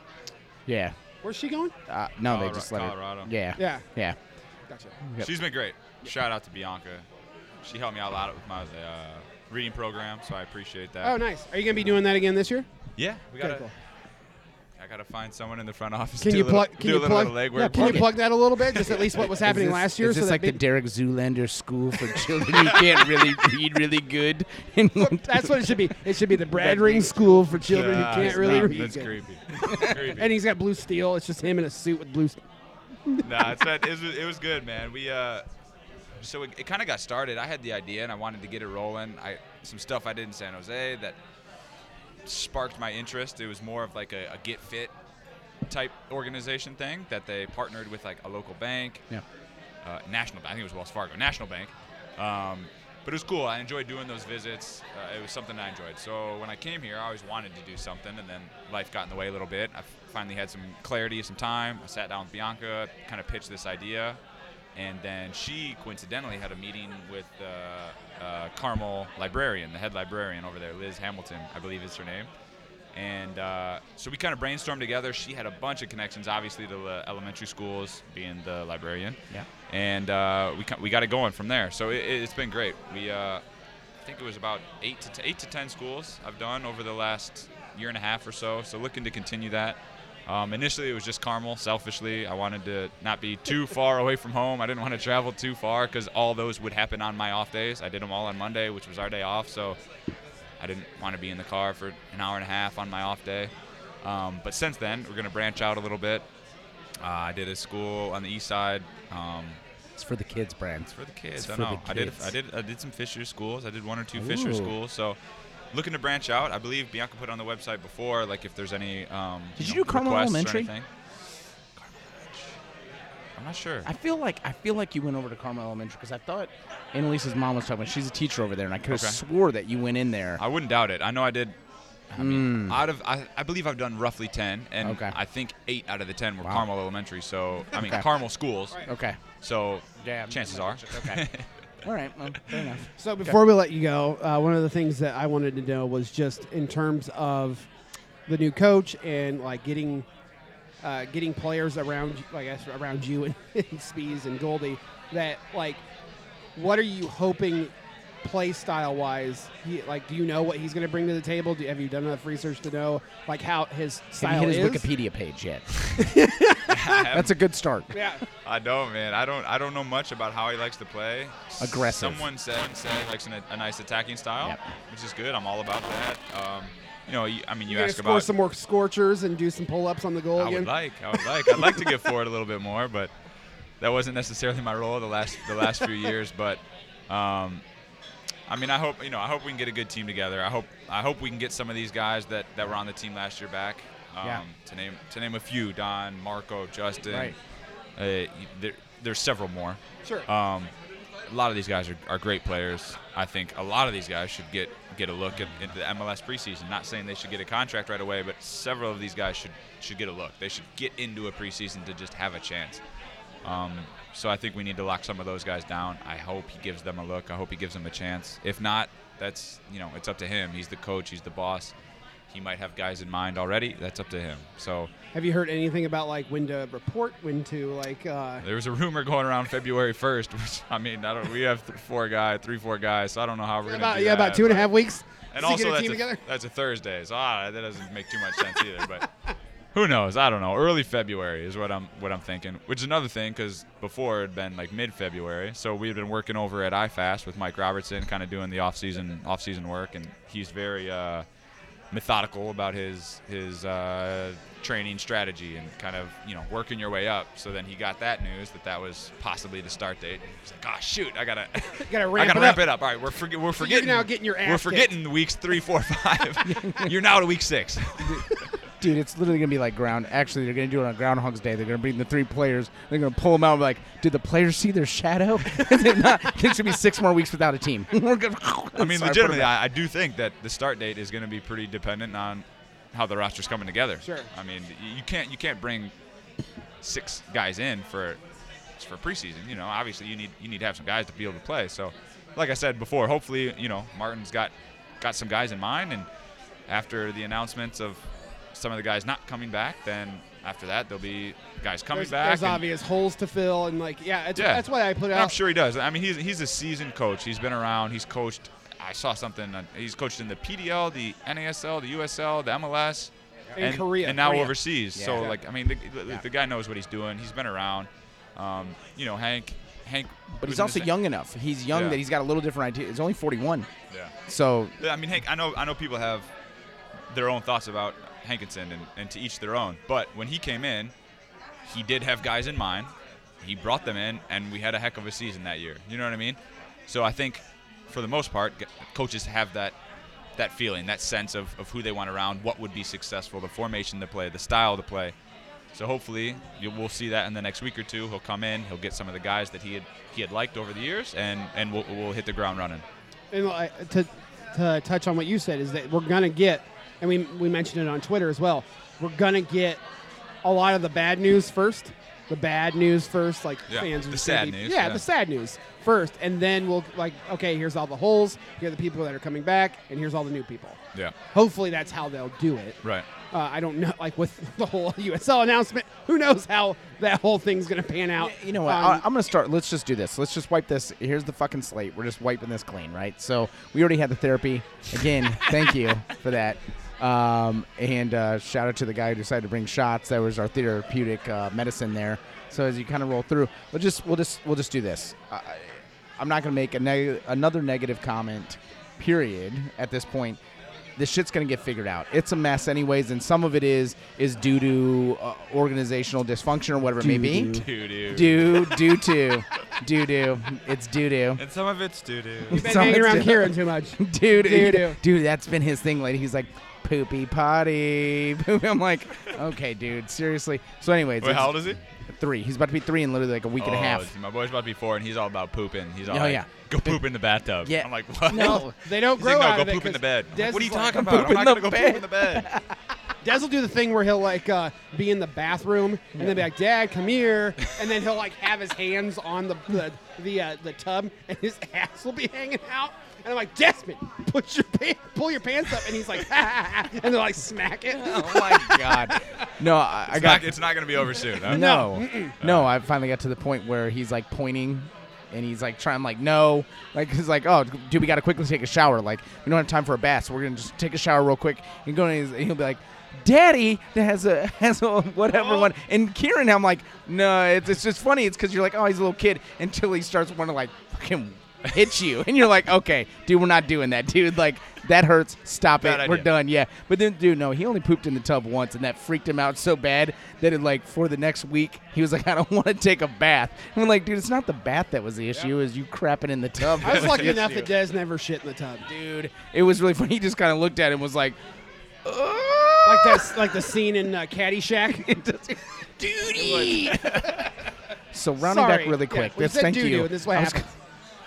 Yeah.
Where's she going?
Uh, no,
Colorado-
they just let
Colorado.
it. Yeah.
Yeah.
Yeah.
Gotcha.
Yep.
She's been great. Shout out to Bianca. She helped me out a lot with my uh, reading program, so I appreciate that.
Oh, nice. Are you gonna be doing that again this year?
Yeah, we
Okay,
gotta.
cool.
I gotta find someone in the front office.
Can
do
you
a little,
plug? Can
do
you
a little
plug?
bit of legwork.
Yeah, can you
Plug it.
plug that a little
*laughs*
bit? Just at least what was happening
Is this-
last year.
Is
so
this
that
like the
big-
Derek Zoolander School for Children who
*laughs*
can't really read really good? And
That's what it should be. It should be the Brad
That'd
Ring
be-
School for children
Ah,
who can't
that's
really
not-
read.
That's
good. *laughs*
creepy. creepy.
And he's got blue steel. It's just him in a suit with blue. s-
nah, it's that, it, was, it was good, man. We uh, so it, it kind of got started. I had the idea and I wanted to get it rolling. I some stuff I did in San Jose that sparked my interest. It was more of like a, a get fit type organization thing that they partnered with like a local bank,
Yeah.
uh, National. I think it was Wells Fargo, National Bank. Um, but it was cool. I enjoyed doing those visits. Uh, it was something I enjoyed. So when I came here, I always wanted to do something, and then life got in the way a little bit. I finally had some clarity, some time. I sat down with Bianca, kind of pitched this idea, and then she coincidentally had a meeting with the uh, Carmel librarian, the head librarian over there, Liz Hamilton, I believe is her name. And uh, so we kind of brainstormed together. She had a bunch of connections, obviously, to the elementary schools, being the librarian
Yeah.
and uh, we ca- we got it going from there. So it, it- it's been great. We uh, I think it was about eight to t- eight to ten schools I've done over the last year and a half or so. So looking to continue that. Um, initially, it was just Carmel. Selfishly, I wanted to not be too far away from home. I didn't want to travel too far because all those would happen on my off days. I did them all on Monday, which was our day off. So I didn't want to be in the car for an hour and a half on my off day. Um, but since then, we're going to branch out a little bit. Uh, I did a school on the east side. Um,
It's for the kids, Brad.
for the kids.
It's
I
for the
know. I did.
kids.
I did. I did some Fisher schools. I did one or two Fisher
Ooh.
schools. So, looking to branch out. I believe Bianca put on the website before, like if there's any. Um,
Did
know,
you do Carmel
requests or
Elementary?
anything. Carmel Elementary. I'm not sure.
I feel like I feel like you went over to Carmel Elementary because I thought Annalisa's mom was talking. She's a teacher over there, and I could have
Okay.
swore that you went in there.
I wouldn't doubt it. I know I did. I mean, out of I, I believe I've done roughly ten, and
Hmm. Okay.
I think eight out of the ten were
Wow.
Carmel Elementary. So I mean
Okay.
Carmel schools.
Okay. *laughs*
So *laughs*
Yeah, I'm-
chances
I'm-
are.
okay. *laughs* All right. Well, fair enough.
So before we let you go, uh, one of the things that I wanted to know was just in terms of the new coach and like getting uh, getting players around, I guess, around you and, *laughs* and Spees and Goldie. That like, what are you hoping? play style wise he, like do you know what he's going to bring to the table do, have you done enough research to know like how his
Have
style
you hit his
is
Wikipedia page yet?
I
*laughs* That's a good start.
yeah
I don't, man. I don't. I don't know much about how he likes to play.
Aggressive.
Someone said, someone said he likes an, a nice attacking style,
Yep.
which is good. I'm all about that. Um, you know, you, I mean, you
You're gonna
ask
score
about.
some more scorchers and do some pull-ups on the goal
I
again
would like. I would like. I'd like to get forward a little bit more, but that wasn't necessarily my role the last the last few years. But um, I mean, I hope you know. I hope we can get a good team together. I hope. I hope we can get some of these guys that, that were on the team last year back. Um,
Yeah.
To name to name a few: Don, Marco, Justin.
Right.
Uh, y- there, there's several more.
sure
Um, a lot of these guys are, are great players. I think a lot of these guys should get get a look at, into the MLS preseason. Not saying they should get a contract right away, but several of these guys should should get a look. They should get into a preseason to just have a chance. Um, so I think we need to lock some of those guys down. I hope he gives them a look. I hope he gives them a chance. If not, that's you know it's up to him. He's the coach. He's the boss. He might have guys in mind already. That's up to him. So
Have you heard anything about like when to report, when to like? Uh,
There was a rumor going around February 1st, which I mean, I don't. We have th- four guys, three, four guys, so I don't know how we're gonna
about
do
yeah,
that,
about two and a
but-
half weeks.
And
to
also,
get a
that's
team
a,
together.
that's a Thursday, so ah, that doesn't make too much sense either. But *laughs* who knows? I don't know. Early February is what I'm what I'm thinking, which is another thing because before it'd been like mid February, so we've been working over at IFAST with Mike Robertson, kind of doing the off season off season work, and he's very. Uh, methodical about his his uh, training strategy and kind of you know working your way up. So then he got that news that that was possibly the start date. He's like, oh shoot, I gotta *laughs*
Gotta
I
ramp
gotta
it
wrap
up."
it up. All right, we're forget we're
you're
forgetting
now getting your ass
we're
kicked.
forgetting weeks three, four,
*laughs*
five. *laughs* you're now to week six.
Dude, it's literally gonna be like ground. Actually, they're gonna do it on Groundhog's Day. They're gonna bring the three players. They're gonna pull them out. And be like, did the players see their shadow? *laughs* If not, there should be six more weeks without a team. *laughs* We're gonna-
I mean,
Sorry,
legitimately,
put 'em
I, I do think that the start date is going to be pretty dependent on how the roster's coming together.
Sure.
I mean, y- you can't you can't bring six guys in for for preseason. You know, obviously you need you need to have some guys to be able to play. So, like I said before, hopefully you know Martin's got got some guys in mind, and after the announcements of some of the guys not coming back, then after that there'll be guys coming
There's,
back.
there's
and-
obvious holes to fill, and like, yeah, it's,
Yeah.
that's why I put it
and I'm
out.
sure he does. I mean, he's he's a seasoned coach. He's been around. He's coached. I saw something. on- He's coached in the PDL, the NASL, the USL, the MLS,
In
and
Korea.
and now
Korea.
overseas. So
Yeah.
like, I mean, the, the, the guy knows what he's doing. He's been around. Um, you know, Hank. Hank.
But
was
he's
in
also
the sa-
young enough. He's young
Yeah.
that he's got a little different idea. He's only 41.
Yeah.
So
Yeah, I mean, Hank. I know. I know people have their own thoughts about Hankinson, and, and to each their own. But when he came in, he did have guys in mind. He brought them in, and we had a heck of a season that year. You know what I mean? So I think, for the most part, g- coaches have that that feeling, that sense of, of who they want around, what would be successful, the formation to play, the style to play. So hopefully you, we'll see that in the next week or two. He'll come in, he'll get some of the guys that he had he had liked over the years, and and we'll, we'll hit the ground running.
and like, to, to touch on what you said is that we're gonna get, and we we mentioned it on Twitter as well. We're gonna get a lot of the bad news first, the bad news first, like
Yeah,
fans.
the
are just
sad
gonna be-
news,
Yeah,
yeah.
the sad news first, and then we'll like, okay, here's all the holes. Here are the people that are coming back, and here's all the new people.
Yeah.
Hopefully, that's how they'll do it.
Right.
Uh, I don't know, *laughs* like with the whole *laughs* USL announcement, who knows how that whole thing's gonna pan out. Um,
You know what?
on-
I, I'm going to start. Let's just do this. Let's just wipe this. Here's the fucking slate. We're just wiping this clean, right? So we already had the therapy. Again, thank you for that. Um, and uh, shout out to the guy who decided to bring shots. That was our therapeutic uh, medicine there. So as you kind of roll through, we'll just we'll just we'll just do this. I, I'm not going to make a neg- another negative comment. Period. At this point, this shit's going to get figured out. It's a mess, anyways, and some of it is is due to uh, organizational dysfunction or whatever it may be.
Doo-doo.
Dude, dude.
Do do do do do. It's do do.
And some of it's doo
*laughs*
doo.
You've been
So
hanging
it's
around
di-
Kieran too much.
Dude,
Doo-doo.
dude, that's been his thing lately. He's like poopy potty. *laughs* I'm like, okay, dude, seriously. So, anyways,
Wait,
it's
how old is he?
three. He's about to be three in literally like a week and a
Oh,
half.
My boy's about to be four, and he's all about pooping. He's all
Oh,
like,
yeah.
go poop in the bathtub.
Yeah.
I'm like, what? *laughs*
No, they don't
He's
grow
like, no,
out
go
of it
poop in the
'cause
bed. I'm
Des
like, what are
is
you
like-
talking about? I'm
pooping
not going to
the
go poop in the bed. *laughs*
Dez will do the thing where he'll like uh, be in the bathroom and then be like, "Dad, come here," and then he'll like have his hands on the the the, uh, the tub and his *laughs* ass will be hanging out. And I'm like, Desmond, put your pants, pull your pants up, and he's like, *laughs* and they're like, smack it.
Oh my *laughs* god. No, I, I
It's
got
not, it's not going to be over soon.
*laughs*
huh?
no, no. I finally got to the point where he's like pointing. And he's like trying, like no, like he's like, oh, dude, we gotta quickly take a shower. Like we don't have time for a bath, so we're gonna just take a shower real quick. And go, and he's- and he'll be like, Daddy, that has a *laughs* has a whatever one. And Kieran, I'm like, no, it's, it's just funny. It's because you're like, oh, he's a little kid until he starts wanting to like fucking hit you, and you're like, okay, dude, we're not doing that, dude. Like that hurts. Stop it.
Bad
We're
idea.
done done, yeah. But then, dude, no, he only pooped in the tub once, and that freaked him out so bad that it like for the next week he was like, *laughs* I don't want to take a bath. And we're like, dude, it's not the bath that was the issue; is you crapping in the *laughs* tub.
I was
that
lucky
the
enough
issue.
that Des never shit in the tub.
dude, it was really funny. He just kind of looked at it and was like,
Like that's like the scene in uh, Caddyshack.
*laughs* duty. so rounding
Sorry.
back really
Yeah,
quick.
we
Yes,
said
thank
doo-doo,
you.
and this is what
I was
happens.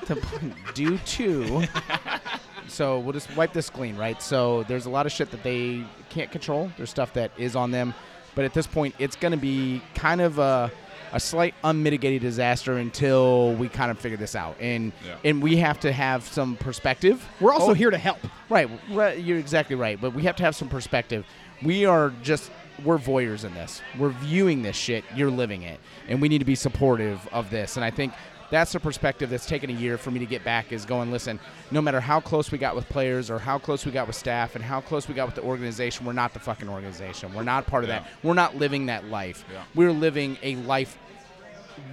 *laughs* to do too. so we'll just wipe this clean, right? So there's a lot of shit that they can't control. There's stuff that is on them, but at this point, it's going to be kind of a a slight unmitigated disaster until we kind of figure this out, and
Yeah.
and we have to have some perspective.
We're also
Oh,
here to help.
Right, right, you're exactly right. But we have to have some perspective. We are just we're voyeurs in this. We're viewing this shit. You're living it, and we need to be supportive of this. And I think that's the perspective that's taken a year for me to get back. Is going listen. No matter how close we got with players, or how close we got with staff, and how close we got with the organization, we're not the fucking organization. We're not part of that.
Yeah.
We're not living that life.
Yeah.
We're living a life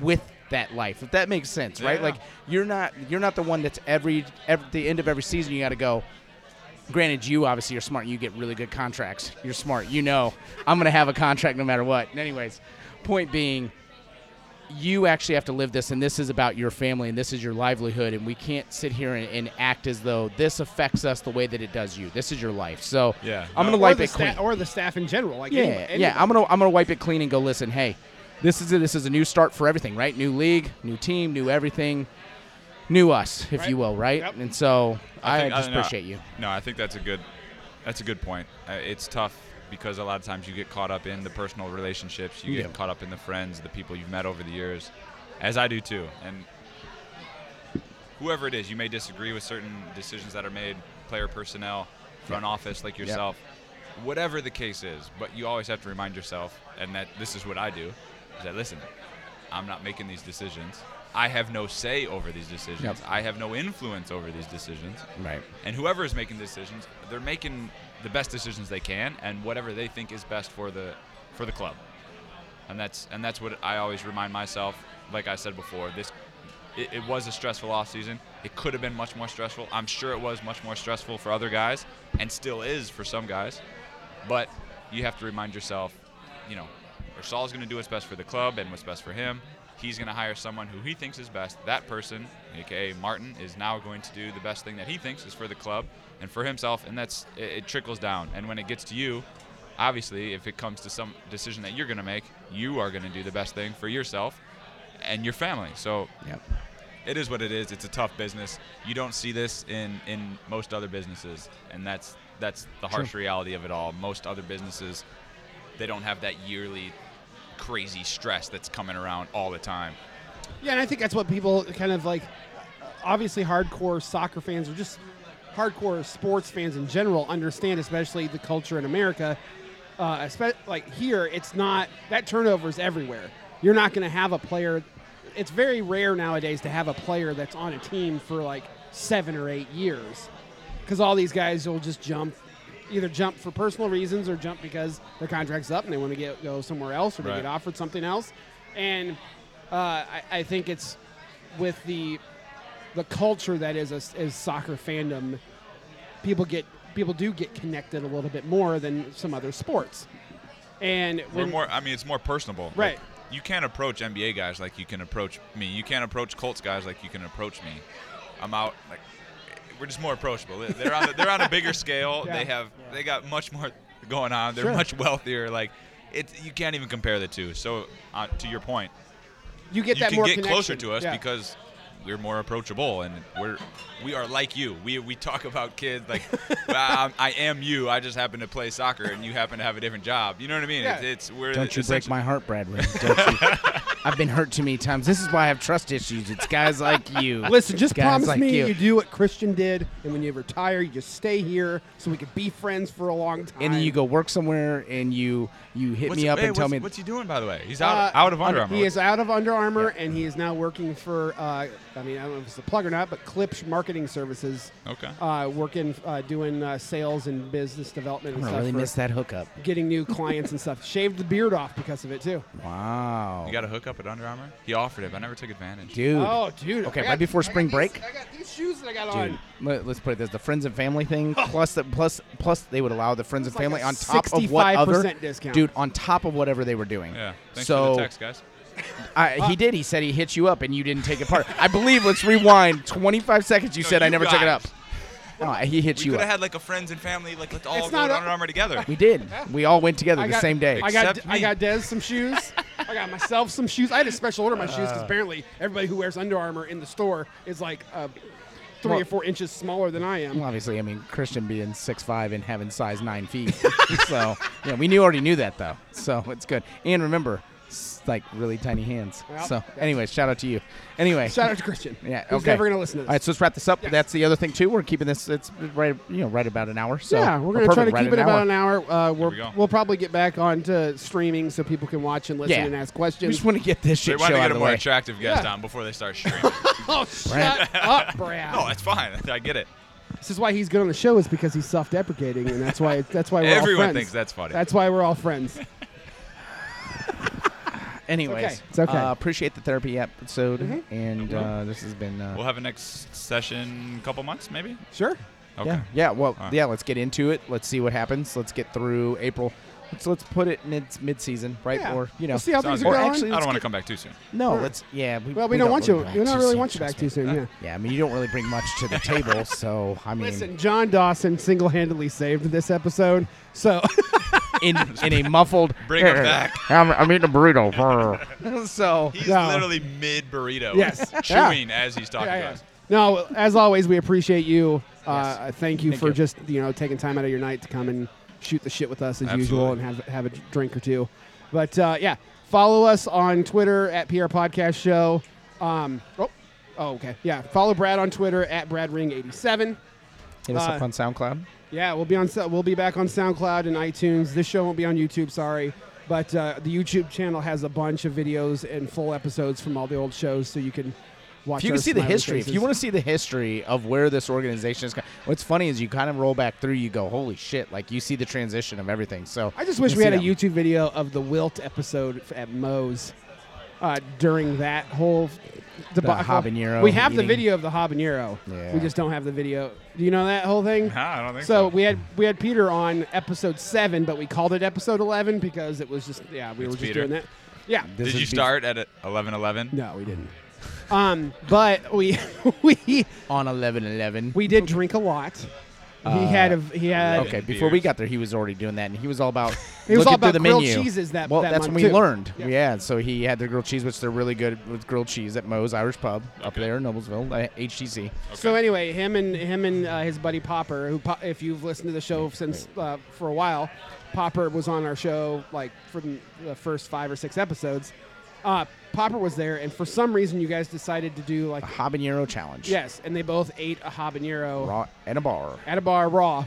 with that life if that makes sense right
Yeah.
like you're not you're not the one that's every, every the end of every season you got to go granted you obviously are smart you get really good contracts you're smart you know i'm gonna have a contract no matter what anyways point being you actually have to live this and this is about your family and this is your livelihood and we can't sit here and, and act as though this affects us the way that it does you this is your life so
Yeah.
i'm gonna
No.
Or
wipe
the,
it clean
sta- or the staff in general. Like
yeah,
anybody-
yeah.
anybody.
I'm gonna I'm gonna wipe it clean and go. Listen, hey, this is a, this is a new start for everything, right? New league, new team, new everything, new us, if you will, right?
Yep.
And so I,
think-
just
no,
appreciate you.
No, I think that's a good that's a good point. Uh, it's tough because a lot of times you get caught up in the personal relationships, you get
Yeah.
caught up in the friends, the people you've met over the years, as I do too. And whoever it is, you may disagree with certain decisions that are made, player personnel, front office, like yourself, whatever the case is. But you always have to remind yourself, and that this is what I do, is that listen, I'm not making these decisions. I have no say over these decisions.
Yep.
I have no influence over these decisions.
Right.
And whoever is making decisions, they're making the best decisions they can, and whatever they think is best for the for the club. And that's and that's what I always remind myself. Like I said before, this it, it was a stressful off season. It could have been much more stressful. I'm sure it was much more stressful for other guys, and still is for some guys. But you have to remind yourself, you know, Ursal's going to do what's best for the club and what's best for him. He's going to hire someone who he thinks is best. That person, aka Martin, is now going to do the best thing that he thinks is for the club and for himself, and that's it, it trickles down. And when it gets to you, obviously, if it comes to some decision that you're going to make, you are going to do the best thing for yourself and your family. So
Yep.
it is what it is. It's a tough business. You don't see this in in most other businesses, and that's that's the harsh reality of it all. Most other businesses, they don't have that yearly crazy stress that's coming around all the time.
Yeah, and I think that's what people kind of like. Obviously, hardcore soccer fans or just hardcore sports fans in general understand, especially the culture in America. Uh, espe- like here, it's not that turnover is everywhere. You're not going to have a player. It's very rare nowadays to have a player that's on a team for like seven or eight years, because all these guys will just jump, either jump for personal reasons or jump because their contract's up and they want to get go somewhere else or they
Right.
get offered something else. And uh, I, I think it's with the the culture that is a, is soccer fandom, people get people do get connected a little bit more than some other sports. And
We're
when
more. I mean, it's more personable. Like,
Right.
you can't approach NBA guys like you can approach me. You can't approach Colts guys like you can approach me. I'm out. Like, we're just more approachable. They're on. The, they're on a bigger scale.
*laughs* Yeah.
They have. They got much more going on. They're
Sure.
much wealthier. Like, it. You can't even compare the two. So, uh, to your point,
you get
you
that
can
more
get
connection.
closer to us
Yeah.
because we're more approachable and we're we are like you. We we talk about kids
*laughs*
like well, I'm, I am you. I just happen to play soccer and you happen to have a different job. You know what I mean?
Yeah.
It's, it's we're
Don't you break
essentially-
my heart, Bradley. Don't you? I've been hurt too many times. This is why I have trust issues. It's guys like you.
Listen, just
Guys
promise
like
me
you.
you. do what Christian did, and when you retire, you just stay here so we could be friends for a long time.
and then you go work somewhere and you you hit
What's-
me up
hey,
and tell
what's-
me
what's he doing by the way? He's
Uh,
out out of Under Armour.
He is out of Under Armour, and he is now working for. Uh, I mean, I don't know if it's a plug or not, but Klipsch Marketing Services.
Okay.
Uh, working, uh, doing uh, sales and business development
I'm
and
gonna
stuff.
really
for
miss that hookup.
Getting new clients and stuff. Shaved the beard off because of it too.
Wow.
You got a hookup at Under Armour? He offered it, but I never took advantage.
Dude.
Oh, dude.
Okay,
I
right before
I
spring
these-
break?
I got these shoes that I got
Dude,
on.
let- let's put it this: the friends and family thing, plus the plus plus they would allow the friends and
Oh. It's like
family
a
on top of what other
65% discount.
dude on top of whatever they were doing.
Yeah. Thanks
so
for the text, guys.
I,
Uh,
he did. He said he hit you up and you didn't take it part. I believe. Let's rewind. Twenty five seconds. You
No,
said I
you
never took it up.
guys.
No, he hit
We
you
could
up.
have had like a friends and family, like let's all
It's
go to
not
Under
a-
Armour
*laughs*
together.
we did. We all went together
I
the
got-
same day.
I got
Except
I
me.
got Dez some shoes. I got myself some shoes. I had to special order my shoes
Uh.
because apparently everybody who wears Under Armour in the store is like uh, three
Well-
or four inches smaller than I am.
Well, obviously, I mean Christian being six five and having size nine feet. *laughs* so yeah, we knew already knew that though. So it's good. And remember, s- like really tiny hands.
Well,
so
that's-
anyway, shout out to you. Anyway,
Shout out to Christian.
Yeah. Okay.
He's never gonna listen to this.
All right. So let's wrap this up.
Yes.
That's the other thing too. We're keeping this. It's right. You know, right about an hour. So
yeah, we're
oh,
gonna try to
perfect, right
keep it about an hour. Uh, we're,
we go.
we'll probably get back onto streaming so people can watch and listen
Yeah.
and ask
We
questions.
just want to get this
They
shit show
wanted to
out
get a
of the
more
way.
attractive guest
Yeah.
on before they start streaming.
*laughs* oh, shut up,
*laughs* Oh,
Brad.
no, that's fine. *laughs* I get it.
This is why he's good on the show is because he's self-deprecating, and that's why that's why we're all
Everyone
friends.
thinks that's funny.
That's why we're all friends.
Anyways,
okay. It's okay. Mm-hmm.
Uh, appreciate the therapy episode, and uh, this has been. Uh,
We'll have a next session, couple months maybe.
Sure.
Okay.
Yeah. Yeah. Well.
All right.
Yeah. Let's get into it. Let's see what happens. Let's get through April. Let's let's put it in its mid-season, right?
Yeah.
Or you know.
We'll see how
Sounds
things are
good.
Or
going.
actually-
I
let's
don't want to
get-
come back too soon.
no. Let's. Yeah. We,
well, we, don't, want
really
you. We don't really
soon,
want you back
trust
too
me.
soon. Yeah.
Yeah. I mean, you don't really bring much to the table, so I mean,
Listen, John Dawson single-handedly saved this episode. So *laughs*
in in a muffled.
Bring him back.
*laughs* I'm, I'm eating a burrito. *laughs* so.
He's
No.
literally mid burrito. *laughs*
Yes.
Chewing as he's talking
Yeah,
to
yeah.
us.
No, as always, we appreciate you. Uh,
Yes.
Thank you
Thank
for
you.
just you know taking time out of your night to come and shoot the shit with us as
Absolutely.
usual and have have a drink or two. But uh, yeah, follow us on Twitter at PR Podcast Show. Um, oh, oh, okay, yeah. Follow Brad on Twitter at BradRing87.
Hit us up
Uh,
on SoundCloud.
Yeah, we'll be on. We'll be back on SoundCloud and iTunes. This show won't be on YouTube. Sorry, but uh, the YouTube channel has a bunch of videos and full episodes from all the old shows, so you can watch.
If you
our
can see the
smiling
history, if
faces.
you want to see the history of where this organization is, co- what's funny is you kind of roll back through, you go, holy shit! Like you see the transition of everything. So
I just
you
wish
can
we
see
had a
that.
YouTube video of the Wilt episode f- at Moe's uh, during that whole debacle.
habanero
We have
eating.
the video of the habanero.
Yeah.
We just don't have the video. Do you know that whole thing?
Nah, I don't think so.
So we had we had Peter on episode seven, but we called it episode eleven because it was just yeah we
It's
were just
Peter.
doing that. Yeah.
This
Did
would
you
be-
start at 11:11?
No, we didn't. *laughs* Um, but we *laughs* we
on eleven eleven?
we did drink a lot. he had a he had
Uh, Okay, before we
beers.
got there, he was already doing that, and he was all about.
*laughs* He
looking
was all
through
about
the
grilled
menu.
cheeses that-
well,
that
that's
month,
when we
too.
learned.
Yeah.
Yeah. so he had their grilled cheese, which they're really good with grilled cheese at Moe's Irish Pub up
Okay.
there in Noblesville, uh, HTC.
So anyway, him and him and uh, his buddy Popper, who po- if you've listened to the show since uh, for a while, Popper was on our show like from the first five or six episodes. Uh, Popper was there, and for some reason, you guys decided to do like
A habanero challenge.
yes, and they both ate a habanero
raw and a bar.
at a bar raw,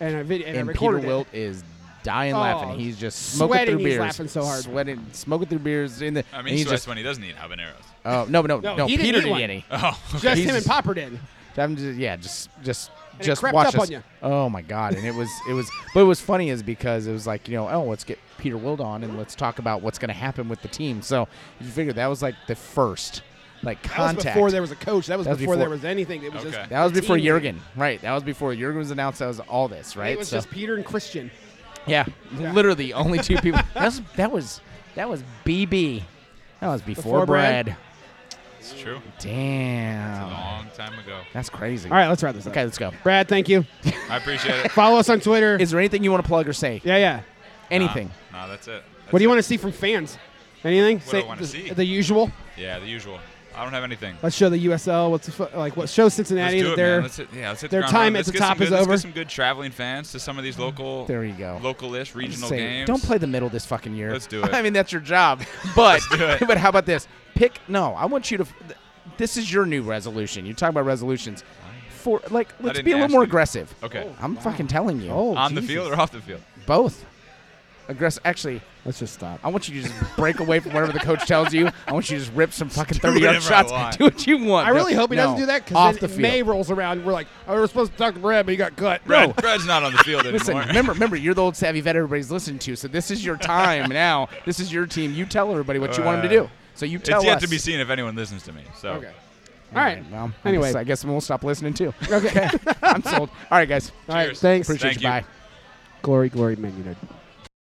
and I video and, I
and Peter
recorded it.
Wilt is dying
Oh,
laughing. He's just smoking
sweating,
through
he's
beers.
laughing so hard.
Sweating, smoking through beers in the.
I
and
mean,
he
he
just.
when he doesn't eat habaneros. *laughs*
Oh no no no!
No, he didn't
Peter
eat one.
any.
Oh,
Just
He's-
him and Popper did.
I'm just, yeah, just just
it
just
crept
watch
up
us.
on you.
Oh my god! And it was it was, but it was funny is because it was like you know oh let's get Peter Wild on and let's talk about what's going to happen with the team. So you figure that was like the first like
That
contact.
was before there was a coach. That was,
That was
before, there
before-
was anything. It was
Okay.
just
That was
the
before
team.
Jurgen, right? That was before Jurgen was announced. That was all this, right?
It was
So-
just Peter and Christian. *laughs*
yeah, literally only two people. that was that was that was BB. That was before,
Before Brad?
Brad.
it's true.
Oh.
A
Damn,
long time ago.
that's crazy.
All right, let's wrap this up.
okay, let's go.
Brad, thank you.
I
*laughs*
appreciate it.
Follow us on Twitter.
Is there anything you want to plug or say?
yeah, yeah.
Anything?
Nah, nah, that's it. That's
What do you
it.
want to see from fans? Anything?
do I wanna
the,
see?
the usual.
Yeah, the usual. I don't have anything.
Let's show the USL. What's the fu- like? What show
let's
Cincinnati
do
that
it,
they're
man. Let's hit, yeah, let's hit
their
the ground
time
running.
at
Let's
the
get
top
some
is
good,
over.
Let's get some good traveling fans to some of these local,
There you go.
local-ish regional
Say,
games.
Don't play the middle this fucking year.
Let's do it.
*laughs* I mean, that's
*laughs*
your job. But
do it.
*laughs* but how about this? Pick no. I want you to. th- This is your new resolution. You talk about resolutions. For like, let's
didn't
be a little
ask
more
you.
aggressive.
Okay.
I'm fucking telling you.
Oh,
On the
Jesus.
field or off the field?
both. Aggressive. Actually,
Let's just stop.
I want you to just break away from whatever the coach tells you. I want you to just rip some
*laughs*
fucking thirty yard
whatever I
shots.
want.
Do what you want.
I really
No,
hope he doesn't
no.
do that
off
because
the
then
field.
May rolls around. and We're like, oh, we we're supposed to talk to Brad, but he got cut.
Brad,
No.
Brad's not on the
*laughs*
field
Listen,
anymore.
remember, remember, you're the old savvy vet everybody's listening to. So
*laughs*
this is your time now. This is your team. You tell everybody what you want them to do. So you tell
it's yet
us.
to be seen if anyone listens to me. So
Okay. All right.
Well, anyway, I
Anyway.
guess, I guess we'll stop listening too.
Okay.
*laughs* I'm sold. All right, guys.
All right.
Cheers.
Thanks.
Appreciate
Thank
you.
you.
Bye.
Glory, glory, Man United.